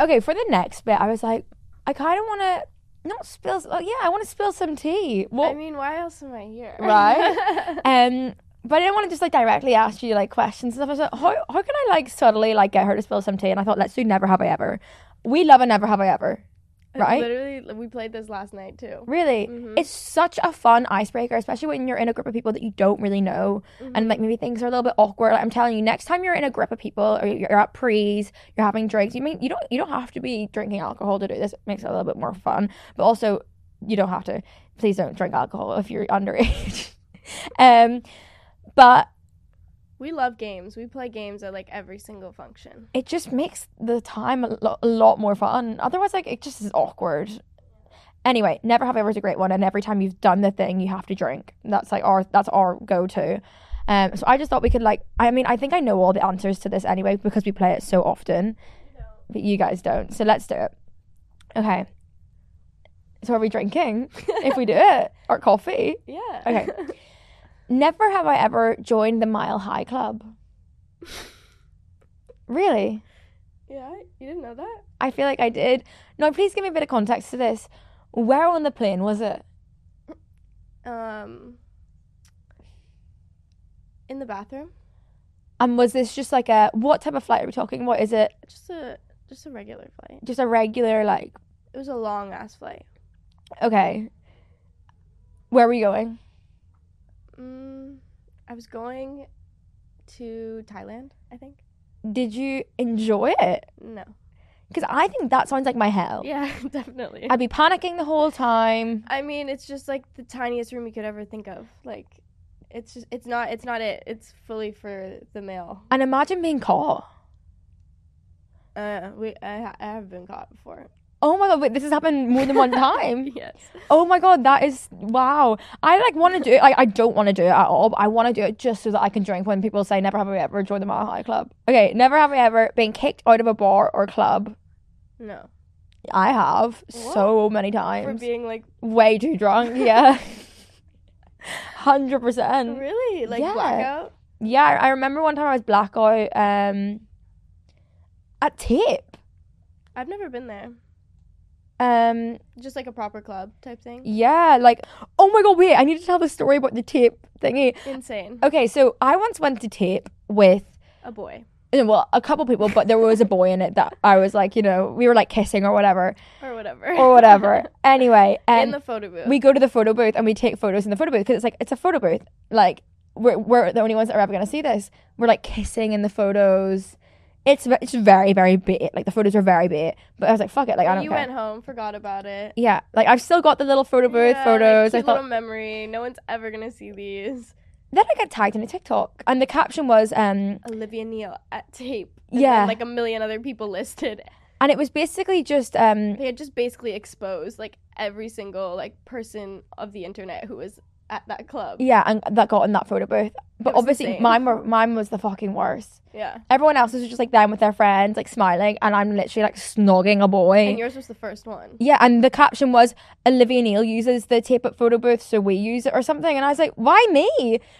[SPEAKER 1] okay, for the next bit, I was like, I kind of want to not spill. s- Like, yeah, I want to spill some tea. What?
[SPEAKER 2] I mean, why else am I here?
[SPEAKER 1] right? um, but I didn't want to just like directly ask you like questions and stuff. I was like, how, how can I like subtly like get her to spill some tea? And I thought, let's do never have I ever. We love a never have I ever, right?
[SPEAKER 2] Literally, we played this last night too.
[SPEAKER 1] Really, it's such a fun icebreaker, especially when you're in a group of people that you don't really know, and like maybe things are a little bit awkward. Like, I'm telling you, next time you're in a group of people, or you're at pre's, you're having drinks. You mean you don't you don't have to be drinking alcohol to do this. It makes it a little bit more fun, but also you don't have to. Please don't drink alcohol if you're underage. um, but
[SPEAKER 2] We love games. We play games at like every single function.
[SPEAKER 1] It just makes the time a, lo- a lot more fun. Otherwise, like it just is awkward. Anyway, never have ever is a great one, and every time you've done the thing, you have to drink. That's like our that's our go to. Um, so I just thought we could like I mean I think I know all the answers to this anyway because we play it so often, but you guys don't. So let's do it. Okay. So are we drinking if we do it or coffee?
[SPEAKER 2] Yeah.
[SPEAKER 1] Okay. Never have I ever joined the Mile High Club. really?
[SPEAKER 2] yeah, you didn't know that?
[SPEAKER 1] I feel like I did. No, please give me a bit of context to this. Where on the plane was it?
[SPEAKER 2] Um, in the bathroom,
[SPEAKER 1] And was this just like a what type of flight are we talking? What is it?
[SPEAKER 2] just a just a regular flight.
[SPEAKER 1] Just a regular like
[SPEAKER 2] It was a long ass flight.
[SPEAKER 1] okay. Where were you going?
[SPEAKER 2] Mm, I was going to Thailand, I think.
[SPEAKER 1] Did you enjoy it?
[SPEAKER 2] No.
[SPEAKER 1] Because I think that sounds like my hell.
[SPEAKER 2] Yeah, definitely.
[SPEAKER 1] I'd be panicking the whole time.
[SPEAKER 2] I mean, it's just like the tiniest room you could ever think of. Like, it's just it's not it's not it. It's fully for the male.
[SPEAKER 1] And imagine being caught.
[SPEAKER 2] Uh, we I, ha- I have been caught before.
[SPEAKER 1] Oh my god, wait, this has happened more than one time.
[SPEAKER 2] Yes.
[SPEAKER 1] Oh my god, that is wow. I like want to do it. Like, I don't want to do it at all, but I want to do it just so that I can drink when people say never have I ever joined the Mile High Club. Okay, never have I ever been kicked out of a bar or club.
[SPEAKER 2] No.
[SPEAKER 1] I have so many
[SPEAKER 2] For
[SPEAKER 1] times.
[SPEAKER 2] being like
[SPEAKER 1] Way too drunk, yeah.
[SPEAKER 2] Mm.
[SPEAKER 1] 100%.
[SPEAKER 2] really like
[SPEAKER 1] yeah.
[SPEAKER 2] blackout.
[SPEAKER 1] Yeah, I I remember one time I was blackout um at Tip.
[SPEAKER 2] I've never been there.
[SPEAKER 1] Um
[SPEAKER 2] Just like a proper club type thing.
[SPEAKER 1] yeah, like oh my god, wait, I need to tell the story about the Tip thingy.
[SPEAKER 2] Insane.
[SPEAKER 1] Okay, so I once went to tape with
[SPEAKER 2] A boy
[SPEAKER 1] uh, well, a couple people, but there was a boy in it that I was like, you know, we were like kissing or whatever,
[SPEAKER 2] or whatever.
[SPEAKER 1] or whatever. anyway,
[SPEAKER 2] in
[SPEAKER 1] and
[SPEAKER 2] the photo booth.
[SPEAKER 1] we go to the photo booth and we take photos in the photo booth because it's like it's a photo booth. Like we're we're the only ones that are ever gonna see this. We're like kissing in the photos. It's ve- it's very very bit. Like the photos are very bit. But I was like, fuck it. Like I don't
[SPEAKER 2] you
[SPEAKER 1] care.
[SPEAKER 2] went home, forgot about it.
[SPEAKER 1] yeah, like I've still got the little photo booth
[SPEAKER 2] Yeah,
[SPEAKER 1] photos. I
[SPEAKER 2] Like, cute
[SPEAKER 1] thought
[SPEAKER 2] little memory. No one's ever gonna see these.
[SPEAKER 1] then I got tagged in a TikTok and the caption was um
[SPEAKER 2] Olivia Neal at tape.
[SPEAKER 1] Yeah.
[SPEAKER 2] then, like a million other people listed.
[SPEAKER 1] and it was basically just um
[SPEAKER 2] They had just basically exposed like every single like person of the internet who was at that club.
[SPEAKER 1] Yeah, and that got in that photo booth. But
[SPEAKER 2] was
[SPEAKER 1] obviously,
[SPEAKER 2] insane.
[SPEAKER 1] mine were mine was the fucking worst.
[SPEAKER 2] Yeah.
[SPEAKER 1] Everyone else was just like them with their friends, like smiling, and I'm literally like snogging a boy.
[SPEAKER 2] And yours was the first one.
[SPEAKER 1] yeah, and the caption was Olivia Neal uses the tape at photo booth, so we use it or something. And I was like, why me?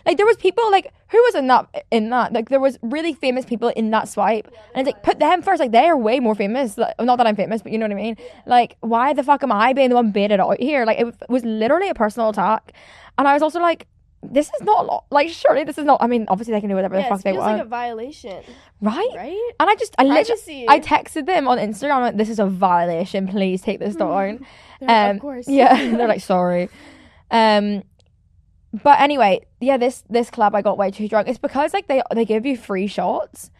[SPEAKER 1] Like there was people like who was in that in that like there was really famous people in that swipe, and it's like put them first. Like they are way more famous. Like, not that I'm famous, but you know what I mean. Like why the fuck am I being the one baited out here? Like it was literally a personal attack, and I was also like. This is not a lot. Like, surely this is not. I mean, obviously they can do whatever the
[SPEAKER 2] Yeah,
[SPEAKER 1] fuck
[SPEAKER 2] it
[SPEAKER 1] they
[SPEAKER 2] feels
[SPEAKER 1] want,
[SPEAKER 2] like a violation,
[SPEAKER 1] right?
[SPEAKER 2] right?
[SPEAKER 1] And I just, I
[SPEAKER 2] Privacy.
[SPEAKER 1] literally, I texted them on Instagram. Like, this is a violation. Please take this down.
[SPEAKER 2] Mm-hmm.
[SPEAKER 1] Um,
[SPEAKER 2] They're like, of course.
[SPEAKER 1] Yeah, they're like sorry. Um, but anyway, yeah, this this club I got way too drunk. It's because like they they give you free shots.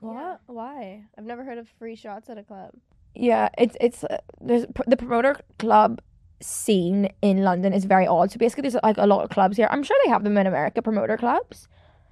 [SPEAKER 2] What? Why? I've never heard of free shots at a club.
[SPEAKER 1] Yeah, it's it's uh, there's pr- the promoter club scene in London is very odd. So basically, there's like a lot of clubs here. I'm sure they have them in America, promoter clubs,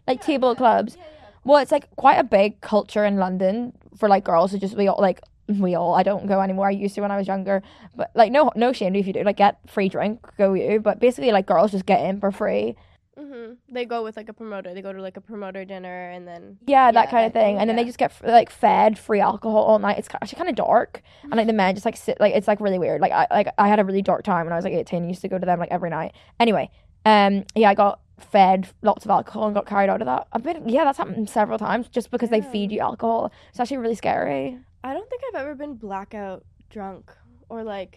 [SPEAKER 1] like table clubs. Well, it's like quite a big culture in London for like girls to just we all like we all. I don't go anymore. I used to when I was younger, but like no no shame if you do like get free drink go you. But basically, like girls just get in for free.
[SPEAKER 2] hmm They go with like a promoter. They go to like a promoter dinner and then
[SPEAKER 1] Yeah, that
[SPEAKER 2] Yeah,
[SPEAKER 1] kind of
[SPEAKER 2] that-
[SPEAKER 1] thing. And then they
[SPEAKER 2] yeah.
[SPEAKER 1] just get f- like fed free alcohol all night. It's ki- actually kind of dark, and like the men just like sit like it's like really weird. Like I like I had a really dark time when I was like eighteen. I used to go to them like every night. Anyway, um, yeah, I got fed lots of alcohol and got carried out of that. I've been yeah, that's happened several times just because they feed you alcohol. It's actually really scary.
[SPEAKER 2] I don't think I've ever been blackout drunk or like.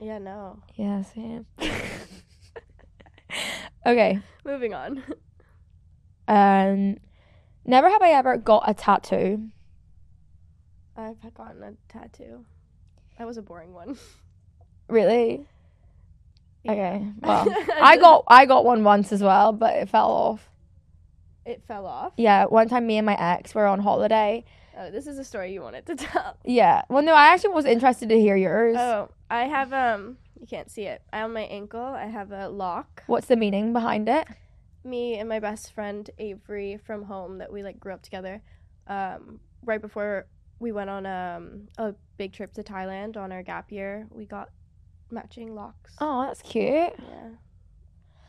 [SPEAKER 2] Yeah, no.
[SPEAKER 1] Yeah, same. okay.
[SPEAKER 2] Moving on.
[SPEAKER 1] Um, never have I ever got a tattoo.
[SPEAKER 2] I've had gotten a tattoo. That was a boring one.
[SPEAKER 1] Really? Okay. Well, I got I got one once as well, but it fell off.
[SPEAKER 2] It fell off.
[SPEAKER 1] Yeah, one time me and my ex were on holiday.
[SPEAKER 2] Oh, this is a story you wanted to tell.
[SPEAKER 1] Yeah. Well, no, I actually was interested to hear yours.
[SPEAKER 2] Oh, I have um. You can't see it. On my ankle, I have a lock.
[SPEAKER 1] What's the meaning behind it?
[SPEAKER 2] me and my best friend Avery from home that we like grew up together. Um, right before we went on um, a big trip to Thailand on our gap year, we got matching locks.
[SPEAKER 1] Oh, that's cute.
[SPEAKER 2] Yeah.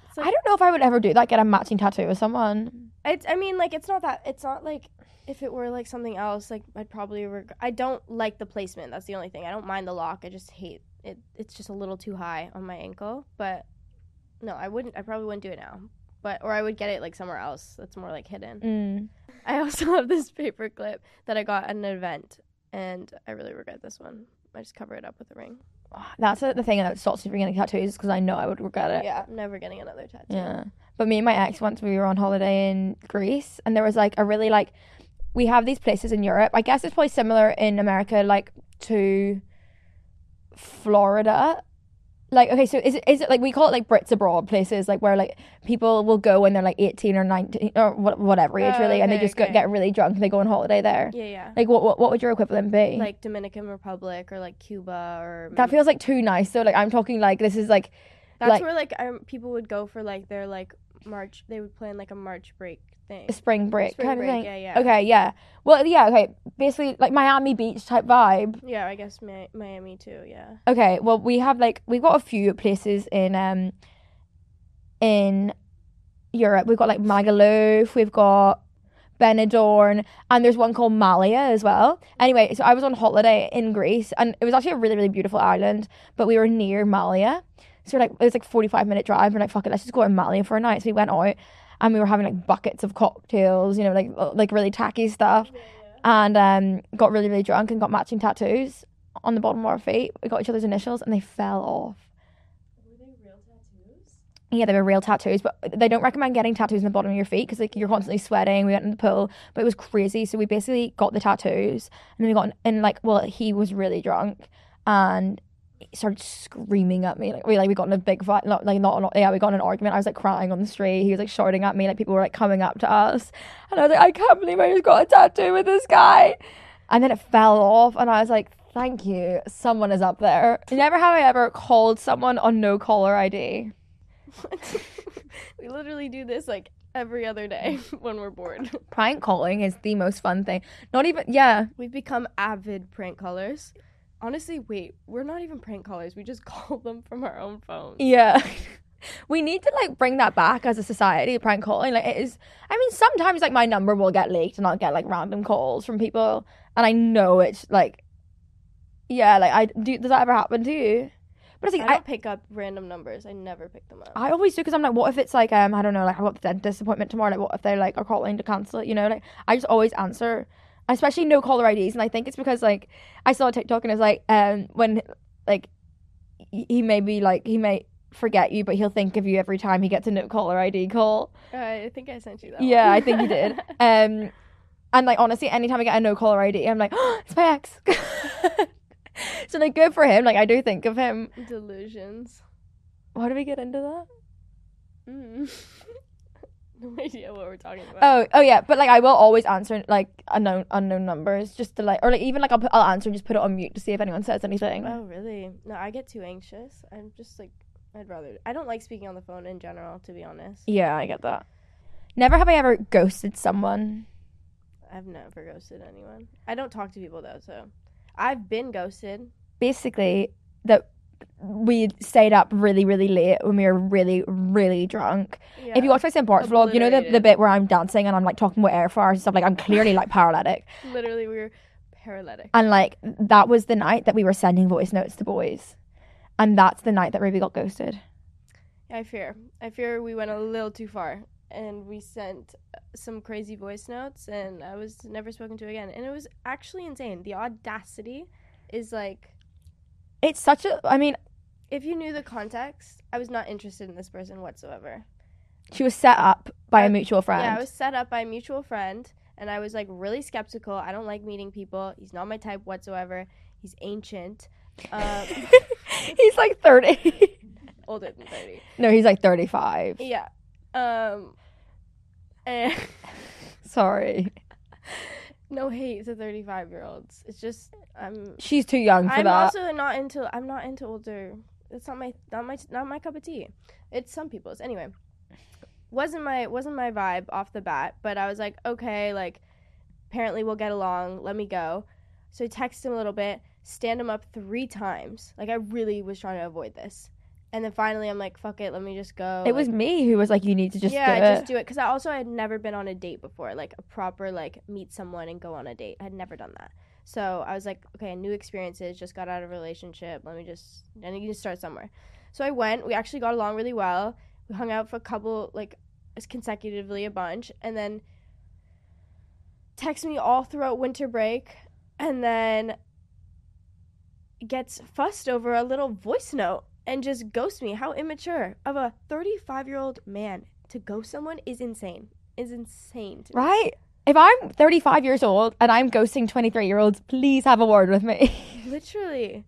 [SPEAKER 2] It's
[SPEAKER 1] I don't know if I would ever do that. Get a matching tattoo with someone.
[SPEAKER 2] It's, I mean, like, it's not that. It's not like if it were like something else, like, I'd probably. Reg- I don't like the placement. That's the only thing. I don't mind the lock. I just hate it. It's just a little too high on my ankle. But no, I wouldn't. I probably wouldn't do it now. But, or I would get it like somewhere else that's more like hidden.
[SPEAKER 1] Mm.
[SPEAKER 2] I also have this paper clip that I got at an event, and I really regret this one. I just cover it up with a ring.
[SPEAKER 1] That's the the thing that stops me from getting tattoos because I know I would regret it.
[SPEAKER 2] Yeah, I'm never getting another tattoo.
[SPEAKER 1] Yeah. But me and my ex once we were on holiday in Greece and there was like a really like we have these places in Europe. I guess it's probably similar in America like to Florida. Like okay, so is it is it like we call it like Brits abroad places like where like people will go when they're like eighteen or nineteen or wha- whatever age
[SPEAKER 2] Oh,
[SPEAKER 1] really, and they
[SPEAKER 2] okay,
[SPEAKER 1] just go,
[SPEAKER 2] okay.
[SPEAKER 1] get really drunk and they go on holiday there.
[SPEAKER 2] Yeah, yeah.
[SPEAKER 1] Like what, what what would your equivalent be?
[SPEAKER 2] Like Dominican Republic or like Cuba or
[SPEAKER 1] that feels like too nice though. Like I'm talking like this is like
[SPEAKER 2] That's
[SPEAKER 1] like-
[SPEAKER 2] where like um, people would go for like their like March. They would plan like a March break thing.
[SPEAKER 1] a spring break
[SPEAKER 2] Spring
[SPEAKER 1] kind
[SPEAKER 2] break,
[SPEAKER 1] of thing.
[SPEAKER 2] yeah, yeah.
[SPEAKER 1] Okay, yeah. Well, yeah, okay. Basically, like Miami Beach type vibe.
[SPEAKER 2] Yeah, I guess Mi- Miami too. Yeah.
[SPEAKER 1] Okay, well, we have like we've got a few places in um in Europe. We've got like Magaluf. We've got Benidorm, and there's one called Malia as well. Anyway, so I was on holiday in Greece, and it was actually a really really beautiful island, but we were near Malia, so we're like it was like 45 minute drive. We're like, fuck it, let's just go to Malia for a night. So we went out, and we were having like buckets of cocktails, you know, like like really tacky stuff, and um got really really drunk and got matching tattoos on the bottom of our feet. We got each other's initials, and they fell off. Yeah, they were real tattoos, but they don't recommend getting tattoos on the bottom of your feet because like you're constantly sweating. We went in the pool, but it was crazy. So we basically got the tattoos, and then we got in, and like well, he was really drunk, and he started screaming at me. Like we like we got in a big fight, not like not, not yeah, we got in an argument. I was like crying on the street. He was like shouting at me. Like people were like coming up to us, and I was like, I can't believe I just got a tattoo with this guy. And then it fell off, and I was like, Thank you, someone is up there. Never have I ever called someone on no caller ID.
[SPEAKER 2] we literally do this like every other day when we're bored.
[SPEAKER 1] prank calling is the most fun thing. Not even yeah.
[SPEAKER 2] We've become avid prank callers. Honestly, wait, we're not even prank callers. We just call them from our own phones.
[SPEAKER 1] Yeah. We need to like bring that back as a society, prank calling. Like it is I mean sometimes like my number will get leaked and I'll get like random calls from people and I know it's like yeah, like I do does that ever happen to you? But I think
[SPEAKER 2] I
[SPEAKER 1] I
[SPEAKER 2] don't pick up random numbers. I never pick them up.
[SPEAKER 1] I always do because I'm like, what if it's like um I don't know like I got the dentist appointment tomorrow like what if they like are calling to cancel it you know like I just always answer especially no caller IDs and I think it's because like I saw a TikTok and it's like um when like he he may be like he may forget you but he'll think of you every time he gets a no caller ID call
[SPEAKER 2] Uh, I think I sent you that.
[SPEAKER 1] yeah
[SPEAKER 2] one.
[SPEAKER 1] I think he did um and like honestly anytime I get a no caller ID I'm like it's my ex so like good for him like I do think of him
[SPEAKER 2] Delusions.
[SPEAKER 1] why do we get into that
[SPEAKER 2] Mm. no idea what we're talking about.
[SPEAKER 1] Oh, oh yeah, but like I will always answer like unknown unknown numbers just to like or like even like I'll put, I'll answer and just put it on mute to see if anyone says anything.
[SPEAKER 2] Oh, really? No, I get too anxious. I'm just like, I'd rather. I don't like speaking on the phone in general, to be honest.
[SPEAKER 1] Yeah, I get that. Never have I ever ghosted someone.
[SPEAKER 2] I've never ghosted anyone. I don't talk to people though, so I've been ghosted.
[SPEAKER 1] Basically, that we stayed up really really late when we were really really drunk.
[SPEAKER 2] Yeah.
[SPEAKER 1] If you watch my St. Bart's vlog, you know the, the
[SPEAKER 2] Obliterated.
[SPEAKER 1] bit where I'm dancing and I'm like talking about air fryers and stuff. Like I'm clearly like paralytic,
[SPEAKER 2] literally, we were paralytic.
[SPEAKER 1] and like that was the night that we were sending voice notes to boys, and that's the night that Ruby got ghosted.
[SPEAKER 2] I fear. I fear we went a little too far and we sent uh, some crazy voice notes and I was never spoken to again. And it was actually insane. The audacity is like
[SPEAKER 1] It's such a. I mean,
[SPEAKER 2] if you knew the context, I was not interested in this person whatsoever.
[SPEAKER 1] She was set up by a
[SPEAKER 2] Uh,
[SPEAKER 1] mutual friend.
[SPEAKER 2] Yeah, I was set up by a mutual friend and I was like really skeptical. I don't like meeting people. He's not my type whatsoever. He's ancient. Um,
[SPEAKER 1] he's like 30.
[SPEAKER 2] older than 30.
[SPEAKER 1] no, he's like 35.
[SPEAKER 2] Yeah. Um and
[SPEAKER 1] Sorry.
[SPEAKER 2] no hate to 35 year olds. It's just I'm
[SPEAKER 1] She's too young for
[SPEAKER 2] I'm
[SPEAKER 1] that.
[SPEAKER 2] also not into. I'm not into older. It's not my not my not my cup of tea. It's some people's anyway. wasn't my wasn't my vibe off the bat, but I was like, okay, like apparently we'll get along. Let me go. So I text him a little bit, stand him up three times. Like I really was trying to avoid this, and then finally I'm like, fuck it, let me just go.
[SPEAKER 1] It was
[SPEAKER 2] Like,
[SPEAKER 1] me who was like, you need to just
[SPEAKER 2] yeah,
[SPEAKER 1] do
[SPEAKER 2] just
[SPEAKER 1] it.
[SPEAKER 2] do it. Because I also had never been on a date before, like a proper like meet someone and go on a date. I had never done that. So I was like, okay, new experiences. Just got out of a relationship. Let me just. I need to start somewhere. So I went. We actually got along really well. We hung out for a couple like consecutively a bunch, and then texts me all throughout winter break, and then gets fussed over a little voice note and just ghosts me. How immature of a 35 year old man to ghost someone is insane. Is insane. To me.
[SPEAKER 1] Right? If I'm 35 years old and I'm ghosting 23 year olds, please have a word with me.
[SPEAKER 2] Literally.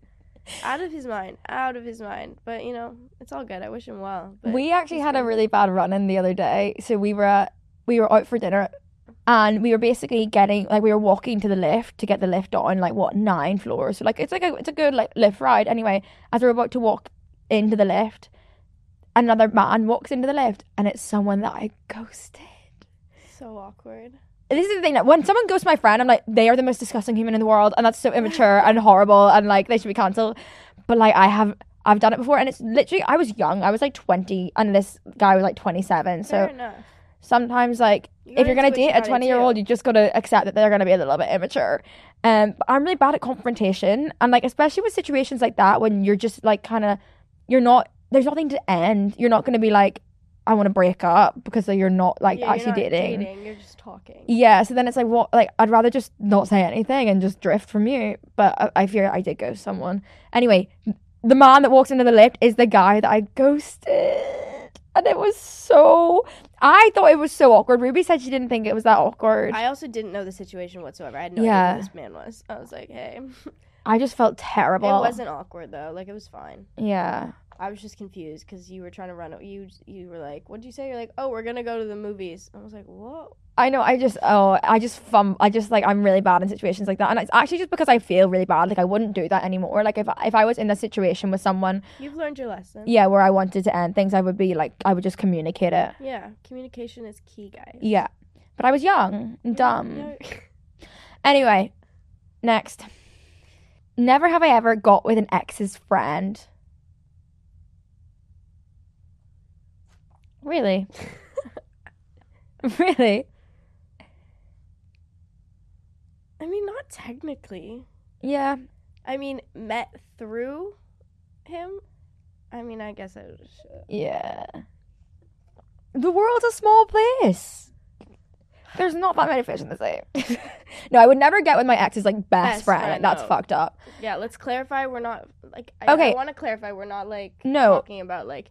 [SPEAKER 2] Out of his mind. Out of his mind. But you know, it's all good. I wish him well. But
[SPEAKER 1] we actually
[SPEAKER 2] it's
[SPEAKER 1] had a
[SPEAKER 2] good.
[SPEAKER 1] really bad run in the other day. So we were we were out for dinner and we were basically getting like we were walking to the lift to get the lift on like what nine floors. So like it's like a it's a good like lift ride. Anyway, as we were about to walk into the lift, another man walks into the lift and it's someone that I ghosted.
[SPEAKER 2] so awkward.
[SPEAKER 1] This is the thing that when someone ghosts my friend, I'm like, they are the most disgusting human in the world and that's so immature and horrible and like they should be cancelled. But like I have I've done it before and it's literally I was young. I was like twenty and this guy was like twenty seven. So
[SPEAKER 2] Fair enough.
[SPEAKER 1] sometimes like
[SPEAKER 2] You
[SPEAKER 1] if
[SPEAKER 2] gotta
[SPEAKER 1] you're gonna
[SPEAKER 2] do what you
[SPEAKER 1] date a
[SPEAKER 2] gotta
[SPEAKER 1] 20 year old
[SPEAKER 2] do.
[SPEAKER 1] you just gotta accept that they're gonna be a little bit immature um but i'm really bad at confrontation and like especially with situations like that when you're just like kind of you're not there's nothing to end you're not gonna be like i want to break up because you're not like
[SPEAKER 2] Yeah, you're
[SPEAKER 1] actually
[SPEAKER 2] not
[SPEAKER 1] dating.
[SPEAKER 2] You're just talking.
[SPEAKER 1] yeah so then it's like what like i'd rather just not say anything and just drift from you but i, I fear i did ghost someone anyway the man that walks into the lift is the guy that I ghosted. And it was so. I thought it was so awkward. Ruby said she didn't think it was that awkward. I,
[SPEAKER 2] I also didn't know the situation whatsoever. I had no
[SPEAKER 1] Yeah.
[SPEAKER 2] idea who this man was. I was like, hey.
[SPEAKER 1] just felt terrible.
[SPEAKER 2] it wasn't awkward though. Like it was fine.
[SPEAKER 1] Yeah.
[SPEAKER 2] I was just confused because you were trying to run. You you were like, what did you say? You're like, oh, we're gonna go to the movies. I was like, what?
[SPEAKER 1] I know. I just. Oh, I just fum. I just like. I'm really bad in situations like that, and it's actually just because I feel really bad. Like I wouldn't do that anymore. Like if if I was in a situation with someone,
[SPEAKER 2] You've learned your lesson.
[SPEAKER 1] yeah, where I wanted to end things, I would be like, I would just communicate it.
[SPEAKER 2] Yeah. Communication is key, guys.
[SPEAKER 1] Yeah. But I was young and dumb.
[SPEAKER 2] No-
[SPEAKER 1] Anyway, next. Never have I ever got with an ex's friend. Really? really?
[SPEAKER 2] I mean, not technically.
[SPEAKER 1] Yeah.
[SPEAKER 2] I mean, met through him. I mean, I guess I was.
[SPEAKER 1] Yeah. The world's a small place. There's not that many fish in the sea. no, I would never get with my ex's like best,
[SPEAKER 2] Best
[SPEAKER 1] friend.
[SPEAKER 2] friend,
[SPEAKER 1] Like, that's
[SPEAKER 2] no.
[SPEAKER 1] fucked up.
[SPEAKER 2] Yeah. Let's clarify. We're not like. I,
[SPEAKER 1] Okay.
[SPEAKER 2] I want to clarify. We're not like
[SPEAKER 1] No.
[SPEAKER 2] talking about like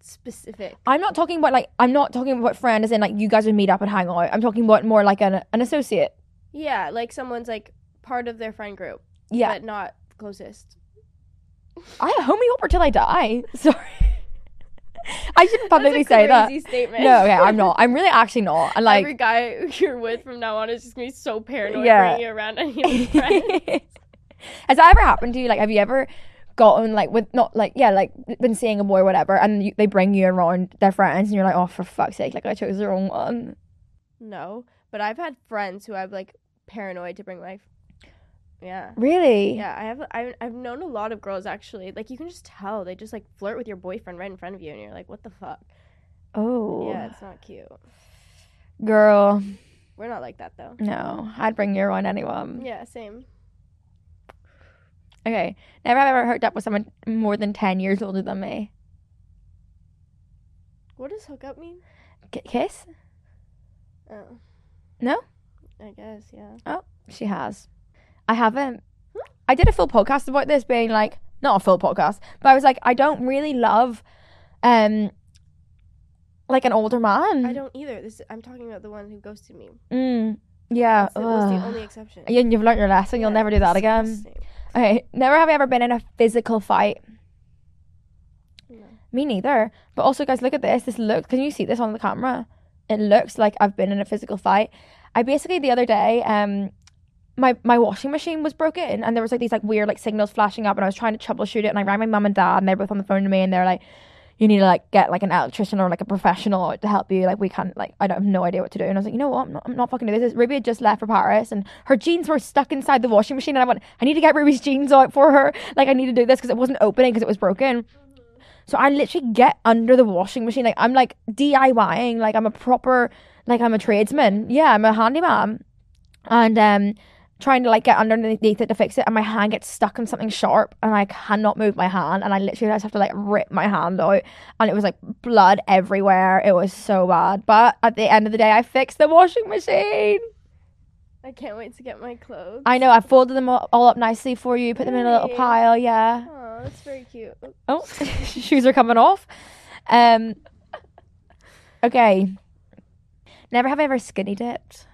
[SPEAKER 2] specific.
[SPEAKER 1] I'm not talking about like I'm not talking about friend as in like you guys would meet up and hang out. I'm talking about more like an an associate.
[SPEAKER 2] Yeah, like someone's like part of their friend group,
[SPEAKER 1] Yeah.
[SPEAKER 2] but not closest.
[SPEAKER 1] I homie hopper till I die. Sorry. I shouldn't
[SPEAKER 2] That's a
[SPEAKER 1] publicly say that.
[SPEAKER 2] crazy statement.
[SPEAKER 1] No, okay, I'm not. I'm really actually not. And like
[SPEAKER 2] every guy you're with from now on is just gonna be so paranoid
[SPEAKER 1] Yeah.
[SPEAKER 2] bringing you around any of your friends.
[SPEAKER 1] Has that ever happened to you? Like have you ever gotten like with not like yeah, like been seeing a boy or whatever and you, they bring you around their friends and you're like, Oh for fuck's sake, like I chose the wrong one.
[SPEAKER 2] no, but I've had friends who I've like paranoid to bring my. Yeah.
[SPEAKER 1] Really?
[SPEAKER 2] Yeah, I have. I, I've known a lot of girls actually. Like you can just tell they just like flirt with your boyfriend right in front of you, and you're like, "What the fuck?"
[SPEAKER 1] Oh
[SPEAKER 2] Yeah, it's not cute.
[SPEAKER 1] girl.
[SPEAKER 2] We're not like that though.
[SPEAKER 1] No. I'd bring you around anyone.
[SPEAKER 2] Yeah, same.
[SPEAKER 1] Okay. Never have I ever hooked up with someone more than ten years older than me.
[SPEAKER 2] What does hookup mean?
[SPEAKER 1] K- kiss?
[SPEAKER 2] Oh,
[SPEAKER 1] No?
[SPEAKER 2] I guess yeah.
[SPEAKER 1] Oh, she has. I haven't. I did a full podcast about this, being like, not a full podcast, but I was like, I don't really love, um, like an older man.
[SPEAKER 2] I don't either. This I'm talking about the one who ghosted me.
[SPEAKER 1] Mm, yeah.
[SPEAKER 2] That was the
[SPEAKER 1] ugh.
[SPEAKER 2] only exception.
[SPEAKER 1] Yeah, and you've learnt your lesson. You'll
[SPEAKER 2] Yeah,
[SPEAKER 1] never do that again.
[SPEAKER 2] disgusting.
[SPEAKER 1] Okay. Never have I ever been in a physical fight.
[SPEAKER 2] No.
[SPEAKER 1] Me neither. But also, guys, look at this. This looks. Can you see this on the camera? It looks like I've been in a physical fight. I basically the other day, um, my my washing machine was broken, and there was like these like weird like signals flashing up, and I was trying to troubleshoot it, and I rang my mum and dad, and they're both on the phone to me, and they're like. you need to like get like an electrician or like a professional to help you. Like we can't like I don't have no idea what to do. And I was like, you know what, I'm not, I'm not fucking doing this. Ruby had just left for Paris and her jeans were stuck inside the washing machine, and I went, I need to get Ruby's jeans out for her. Like I need to do this because it wasn't opening because it was broken. So I literally get under the washing machine. Like I'm like DIYing. Like I'm a proper like I'm a tradesman. Yeah, I'm a handyman. And um trying to like get underneath it to fix it and my hand gets stuck in something sharp and I cannot move my hand and I literally just have to like rip my hand out and it was like blood everywhere. It was so bad. But at the end of the day I fixed the washing machine.
[SPEAKER 2] I can't wait to get my clothes.
[SPEAKER 1] I know I folded them all all up nicely for you, put them in a little
[SPEAKER 2] Yay.
[SPEAKER 1] pile, yeah.
[SPEAKER 2] Oh, that's very cute.
[SPEAKER 1] Oh, shoes are coming off. Um. Okay. Never have I ever skinny dipped.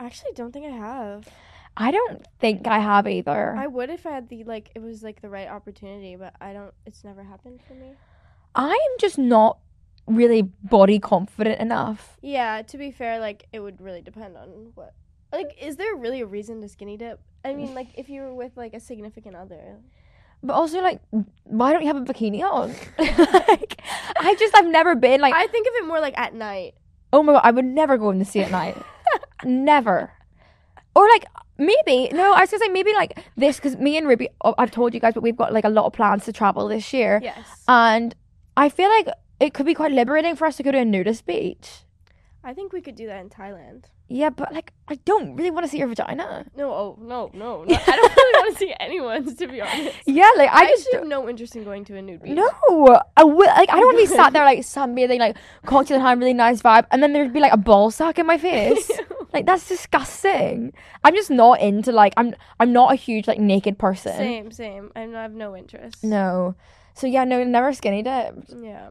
[SPEAKER 2] I actually don't think I have.
[SPEAKER 1] I don't think I have either.
[SPEAKER 2] I would if I had the like it was like the right opportunity, but I don't. It's never happened for me.
[SPEAKER 1] I am just not really body confident enough.
[SPEAKER 2] Yeah, to be fair, like it would really depend on what. Like, is there really a reason to skinny dip? I mean, like if you were with like a significant other.
[SPEAKER 1] But also, like, why don't you have a bikini on? like, I just, I've never been like,
[SPEAKER 2] I think of it more like at night.
[SPEAKER 1] oh my god, I would never go in the sea at night. never. Or like maybe no, I was gonna say maybe like this because me and Ruby, oh, I've told you guys, but we've got like a lot of plans to travel this year.
[SPEAKER 2] Yes.
[SPEAKER 1] And I feel like it could be quite liberating for us to go to a nudist beach.
[SPEAKER 2] I think we could do that in Thailand.
[SPEAKER 1] Yeah, but like I don't really want to see your vagina.
[SPEAKER 2] No, oh no, no, no. I don't really want to see anyone's to be honest.
[SPEAKER 1] Yeah, like I,
[SPEAKER 2] I,
[SPEAKER 1] just
[SPEAKER 2] actually have no interest in going to a nude beach.
[SPEAKER 1] no. I will like I don't want to be sat there like sunbathing, like cocktail time, really nice vibe, and then there'd be like a ball sack in my face. like that's disgusting. I'm just not into like I'm I'm not a huge like naked person.
[SPEAKER 2] Same, same. I'm not, I have no interest.
[SPEAKER 1] No. So yeah, no, never skinny dipped.
[SPEAKER 2] Yeah.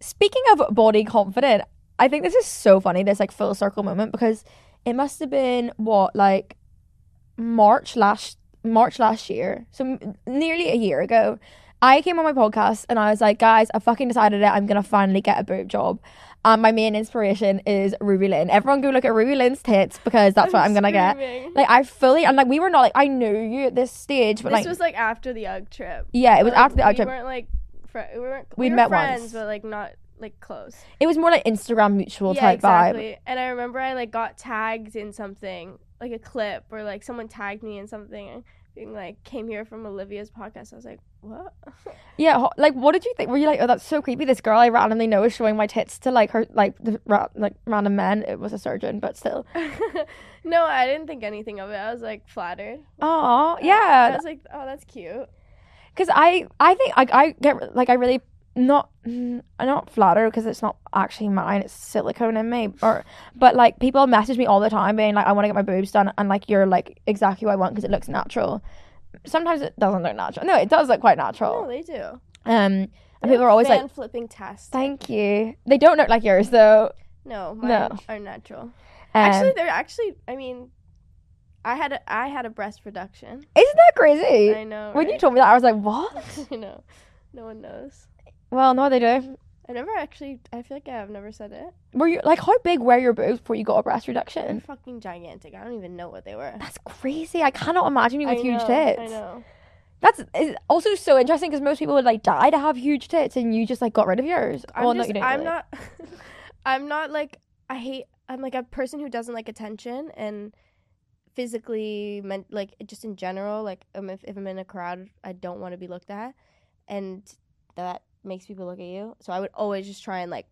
[SPEAKER 1] Speaking of body confident, I think this is so funny, this like full circle moment because it must have been what, like March last March last year. So m- nearly a year ago. I came on my podcast and I was like, guys, I fucking decided it. I'm gonna finally get a boob job. And my main inspiration is Ruby Lynn. Everyone go look at Ruby Lynn's tits because that's what I'm gonna
[SPEAKER 2] screaming.
[SPEAKER 1] get. Like I fully and like we were not like I knew you at this stage, but
[SPEAKER 2] This
[SPEAKER 1] like
[SPEAKER 2] was like after the UGG trip.
[SPEAKER 1] Yeah, it was
[SPEAKER 2] Like,
[SPEAKER 1] after the UGG trip.
[SPEAKER 2] We weren't like fr- we weren't
[SPEAKER 1] We'd
[SPEAKER 2] we were
[SPEAKER 1] met
[SPEAKER 2] friends,
[SPEAKER 1] once.
[SPEAKER 2] but like not like close.
[SPEAKER 1] it was more like Instagram mutual
[SPEAKER 2] yeah,
[SPEAKER 1] type
[SPEAKER 2] exactly.
[SPEAKER 1] vibe.
[SPEAKER 2] And I remember I like got tagged in something, like a clip, or like someone tagged me in something, and being like, "Came here from Olivia's podcast." I was like, "What?"
[SPEAKER 1] Yeah, ho- like what did you think? Were you like, oh, that's so creepy? This girl I randomly know is showing my tits to like her, like the ra- like random men. It was a surgeon, but still.
[SPEAKER 2] no, I didn't think anything of it. I was like flattered.
[SPEAKER 1] Oh
[SPEAKER 2] I
[SPEAKER 1] yeah,
[SPEAKER 2] was like, "Oh, that's cute."
[SPEAKER 1] because I I think like I get like I really not mm, I'm not flattered because it's not actually mine. It's silicone in me, or but like people message me all the time being like, I want to get my boobs done, and like you're like exactly what I want because it looks natural. Sometimes it doesn't look natural. No, it does look quite
[SPEAKER 2] No,
[SPEAKER 1] natural.
[SPEAKER 2] they do.
[SPEAKER 1] Um, and people are always
[SPEAKER 2] fan
[SPEAKER 1] like,
[SPEAKER 2] flipping tests.
[SPEAKER 1] thank you. They don't look like yours though.
[SPEAKER 2] No, mine
[SPEAKER 1] No.
[SPEAKER 2] are natural.
[SPEAKER 1] Um,
[SPEAKER 2] actually, they're actually. I mean, I had a, I had a breast reduction.
[SPEAKER 1] Isn't that crazy?
[SPEAKER 2] I know.
[SPEAKER 1] When you
[SPEAKER 2] right?
[SPEAKER 1] told me that, I was like, what?
[SPEAKER 2] you know, no one knows.
[SPEAKER 1] well, no, they do.
[SPEAKER 2] I never actually. I feel like I've never said it.
[SPEAKER 1] Were you like how big were your boobs before you got a breast
[SPEAKER 2] They're
[SPEAKER 1] reduction?
[SPEAKER 2] fucking gigantic. I don't even know what they were.
[SPEAKER 1] That's crazy. I cannot imagine you with
[SPEAKER 2] I
[SPEAKER 1] huge
[SPEAKER 2] know,
[SPEAKER 1] tits.
[SPEAKER 2] I know.
[SPEAKER 1] That's is also so interesting because most people would like die to have huge tits, and you just like got rid of yours.
[SPEAKER 2] I'm
[SPEAKER 1] well,
[SPEAKER 2] just,
[SPEAKER 1] no, you didn't
[SPEAKER 2] I'm
[SPEAKER 1] really.
[SPEAKER 2] not. I'm not like I hate. I'm like a person who doesn't like attention and physically, meant like just in general. Like um, if if I'm in a crowd, I don't want to be looked at, and that makes people look at you. So I would always just try and like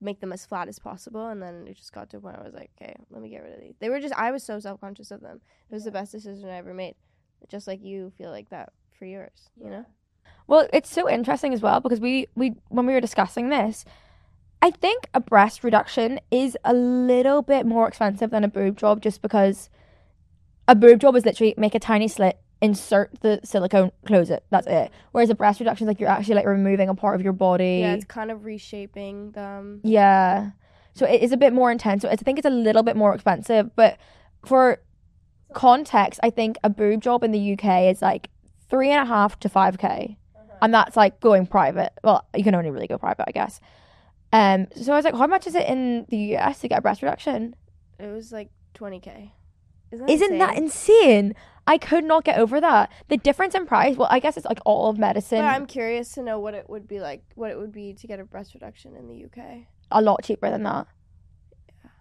[SPEAKER 2] make them as flat as possible. And then it just got to a point where I was like, okay, let me get rid of these. They were just. I was so self conscious of them. It was the best decision I ever made. Just like you feel like that for yours, you know.
[SPEAKER 1] Well, it's so interesting as well because we we when we were discussing this, I think a breast reduction is a little bit more expensive than a boob job just because a boob job is literally make a tiny slit, insert the silicone, close it. That's it. Whereas a breast reduction is like you're actually like removing a part of your body.
[SPEAKER 2] Yeah, it's kind of reshaping um, them.
[SPEAKER 1] Yeah. So it is a bit more intense. So it's- I think it's a little bit more expensive, but for context, I think a boob job in the UK is like three and a half to five k,
[SPEAKER 2] Uh-huh.
[SPEAKER 1] and that's like going private. Well, you can only really go private, I guess. Um. So I was like, how much is it in the US to get a breast reduction?
[SPEAKER 2] It was like 20k. Isn't
[SPEAKER 1] Isn't that insane? I could not get over that. The difference in price. Well, I guess it's like all of medicine.
[SPEAKER 2] But I'm curious to know what it would be like, what it would be to get a breast reduction in the UK.
[SPEAKER 1] a lot cheaper than that.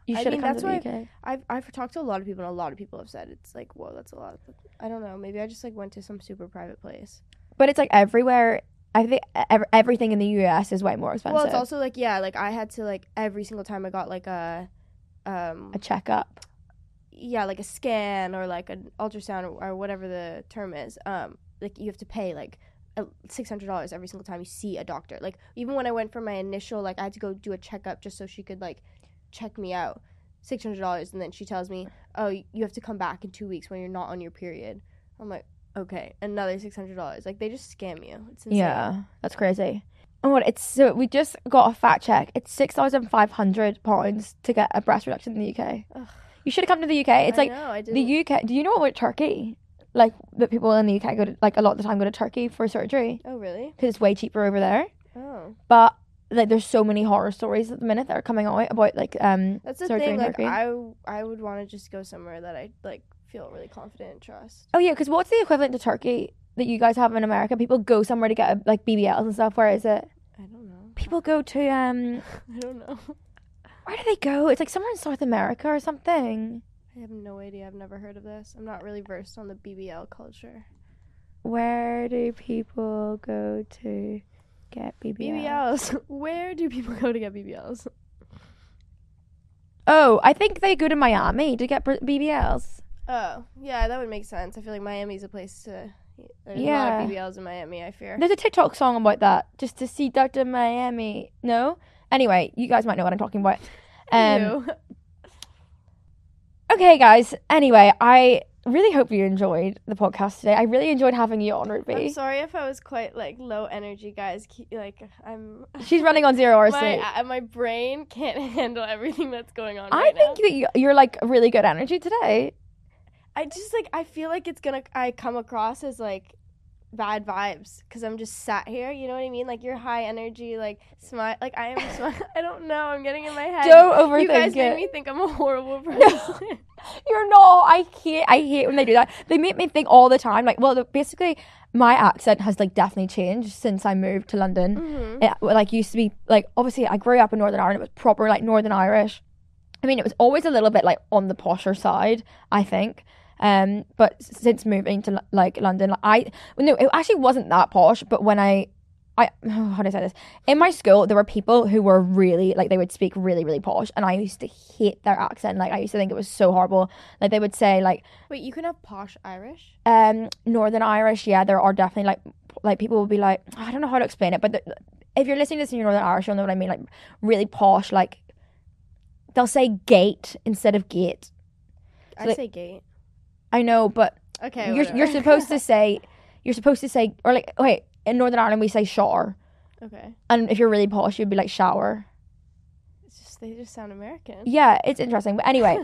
[SPEAKER 1] You
[SPEAKER 2] I
[SPEAKER 1] should have
[SPEAKER 2] mean,
[SPEAKER 1] come
[SPEAKER 2] that's
[SPEAKER 1] to the
[SPEAKER 2] why
[SPEAKER 1] UK.
[SPEAKER 2] I've I've talked to a lot of people, and a lot of people have said it's like, whoa, that's a lot. Of, I don't know. Maybe I just like went to some super private place.
[SPEAKER 1] But it's like everywhere. I think ev- everything in the US is way more expensive.
[SPEAKER 2] Well, it's also like yeah, like I had to like every single time I got like a, um,
[SPEAKER 1] a checkup.
[SPEAKER 2] yeah, like a scan or like an ultrasound or, or whatever the term is. Um, like you have to pay like six hundred dollars every single time you see a doctor. Like even when I went for my initial, like I had to go do a checkup just so she could like check me out. Six hundred dollars, and then she tells me, "Oh, y- you have to come back in two weeks when you're not on your period." I'm like, "Okay, another six hundred dollars." Like they just scam you. It's insane.
[SPEAKER 1] Yeah, that's crazy. Oh, what it's so we just got a fat check. It's six thousand five hundred pounds to get a breast reduction in the UK.
[SPEAKER 2] Ugh.
[SPEAKER 1] You should have come to the UK. It's
[SPEAKER 2] I
[SPEAKER 1] like
[SPEAKER 2] know, I
[SPEAKER 1] the UK. Do you know what with Turkey? Like that people in the UK go to like a lot of the time go to Turkey for surgery
[SPEAKER 2] Oh really?
[SPEAKER 1] because it's way cheaper over there.
[SPEAKER 2] Oh,
[SPEAKER 1] But like there's so many horror stories at the minute that are coming out about like um
[SPEAKER 2] that's the
[SPEAKER 1] surgery
[SPEAKER 2] thing.
[SPEAKER 1] in
[SPEAKER 2] Like
[SPEAKER 1] Turkey.
[SPEAKER 2] I, w- I would want to just go somewhere that I like feel really confident and trust.
[SPEAKER 1] Oh yeah, because what's the equivalent to Turkey that you guys have in America? People go somewhere to get a, like BBLs and stuff. Where is it?
[SPEAKER 2] I don't know.
[SPEAKER 1] People go to um.
[SPEAKER 2] I don't know.
[SPEAKER 1] Where do they go? It's like somewhere in South America or something.
[SPEAKER 2] I have no idea. I've never heard of this. I'm not really versed on the BBL culture.
[SPEAKER 1] Where do people go to get BBL?
[SPEAKER 2] BBLs. Where do people go to get BBLs?
[SPEAKER 1] Oh, I think they go to Miami to get br- BBLs.
[SPEAKER 2] Oh, yeah, that would make sense. I feel like Miami's a place to. There's a lot
[SPEAKER 1] Yeah.
[SPEAKER 2] of BBLs in Miami, I fear.
[SPEAKER 1] There's a TikTok song about that. Just to see Doctor Miami. No. Anyway, you guys might know what I'm talking about. Um,
[SPEAKER 2] Ew.
[SPEAKER 1] okay, guys. Anyway, I really hope you enjoyed the podcast today. I really enjoyed having you on, Ruby.
[SPEAKER 2] I'm sorry if I was quite like low energy, guys. Keep, like I'm.
[SPEAKER 1] She's running on zero hours
[SPEAKER 2] my
[SPEAKER 1] sleep.
[SPEAKER 2] uh, my brain can't handle everything that's going on.
[SPEAKER 1] I
[SPEAKER 2] right now.
[SPEAKER 1] think that you, you're like really good energy today.
[SPEAKER 2] I just like I feel like it's gonna I come across as like bad vibes because I'm just sat here. You know what I mean? Like you're high energy, like smile. Like I am. Smile. I don't know. I'm getting in my head.
[SPEAKER 1] Don't
[SPEAKER 2] You guys
[SPEAKER 1] overthink
[SPEAKER 2] make
[SPEAKER 1] it.
[SPEAKER 2] me think I'm a horrible person.
[SPEAKER 1] You're not. I hate. I hate when they do that. They make me think all the time. Like, well, the- basically, my accent has like definitely changed since I moved to London. It like used to be like obviously I grew up in Northern Ireland. It was proper like Northern Irish. I mean, it was always a little bit like on the posher side, I think. Um, but s- since moving to Lo- like London, like, I well, no, it actually wasn't that posh. But when I, I how do I say this? In my school, there were people who were really like they would speak really really posh, and I used to hate their accent. Like I used to think it was so horrible. Like they would say like
[SPEAKER 2] Wait, you can have posh Irish.
[SPEAKER 1] um Northern Irish. Yeah, there are definitely like like people will be like I don't know how to explain it, but the, if you're listening to this in Northern Irish, you'll know what I mean. Like really posh. Like they'll say gate instead of gate.
[SPEAKER 2] I
[SPEAKER 1] like-
[SPEAKER 2] say gate.
[SPEAKER 1] I know, but
[SPEAKER 2] Okay,
[SPEAKER 1] you're
[SPEAKER 2] whatever.
[SPEAKER 1] you're supposed to say you're supposed to say or like okay in Northern Ireland we say shower,
[SPEAKER 2] Okay,
[SPEAKER 1] and if you're really posh you'd be like shower.
[SPEAKER 2] it's just they just sound American.
[SPEAKER 1] Yeah, it's interesting. But anyway,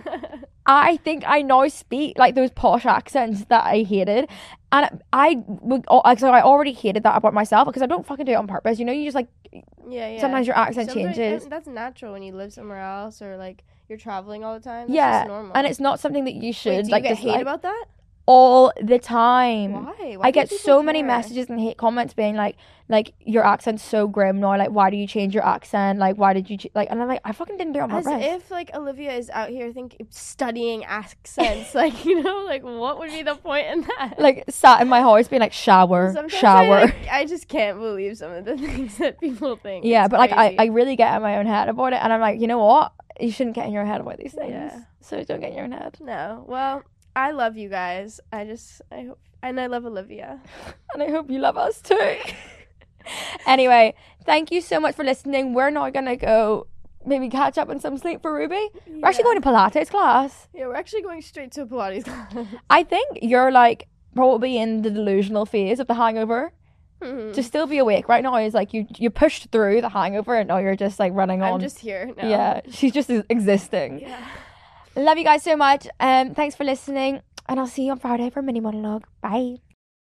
[SPEAKER 1] I think I now speak like those posh accents that I hated, and I would oh, so I already hated that about myself because I don't fucking do it on purpose. You know, you just like
[SPEAKER 2] Yeah, yeah.
[SPEAKER 1] Sometimes your accent changes.
[SPEAKER 2] and That's natural when you live somewhere else or like you're traveling all the time. That's
[SPEAKER 1] yeah,
[SPEAKER 2] just normal.
[SPEAKER 1] and it's not something that you should
[SPEAKER 2] Wait, do
[SPEAKER 1] like
[SPEAKER 2] you get hate
[SPEAKER 1] dislike.
[SPEAKER 2] about that?
[SPEAKER 1] all the time.
[SPEAKER 2] Why?
[SPEAKER 1] I get so many messages and hate comments being like, like your accent's so grim now. Like, why do you change your accent? Like, why did you ch-? like? And I'm like, I fucking didn't do it on
[SPEAKER 2] As
[SPEAKER 1] purpose.
[SPEAKER 2] if like Olivia is out here think studying accents, like you know, like what would be the point in that?
[SPEAKER 1] like sat in my house being like shower,
[SPEAKER 2] Sometimes
[SPEAKER 1] shower.
[SPEAKER 2] I, like, I just can't believe some of the things that people think.
[SPEAKER 1] yeah,
[SPEAKER 2] It's
[SPEAKER 1] but like I,
[SPEAKER 2] crazy.
[SPEAKER 1] I really get in my own head about it, and I'm like, you know what? You shouldn't get in your head about these things.
[SPEAKER 2] Yeah.
[SPEAKER 1] So don't get in your own head.
[SPEAKER 2] no. Well, I love you guys. I just I hope and I love Olivia.
[SPEAKER 1] and I hope you love us too. anyway, thank you so much for listening. We're now gonna go maybe catch up on some sleep for Ruby. We're actually going to Pilates class.
[SPEAKER 2] Yeah, we're actually going straight to Pilates class.
[SPEAKER 1] I think you're like probably in the delusional phase of the hangover.
[SPEAKER 2] Mm-hmm.
[SPEAKER 1] To still be awake right now is like you you pushed through the hangover and now you're just like running on.
[SPEAKER 2] I'm just here now.
[SPEAKER 1] Yeah, she's just existing. Love you guys so much. Um, thanks for listening, and I'll see you on Friday for a mini monologue. Bye.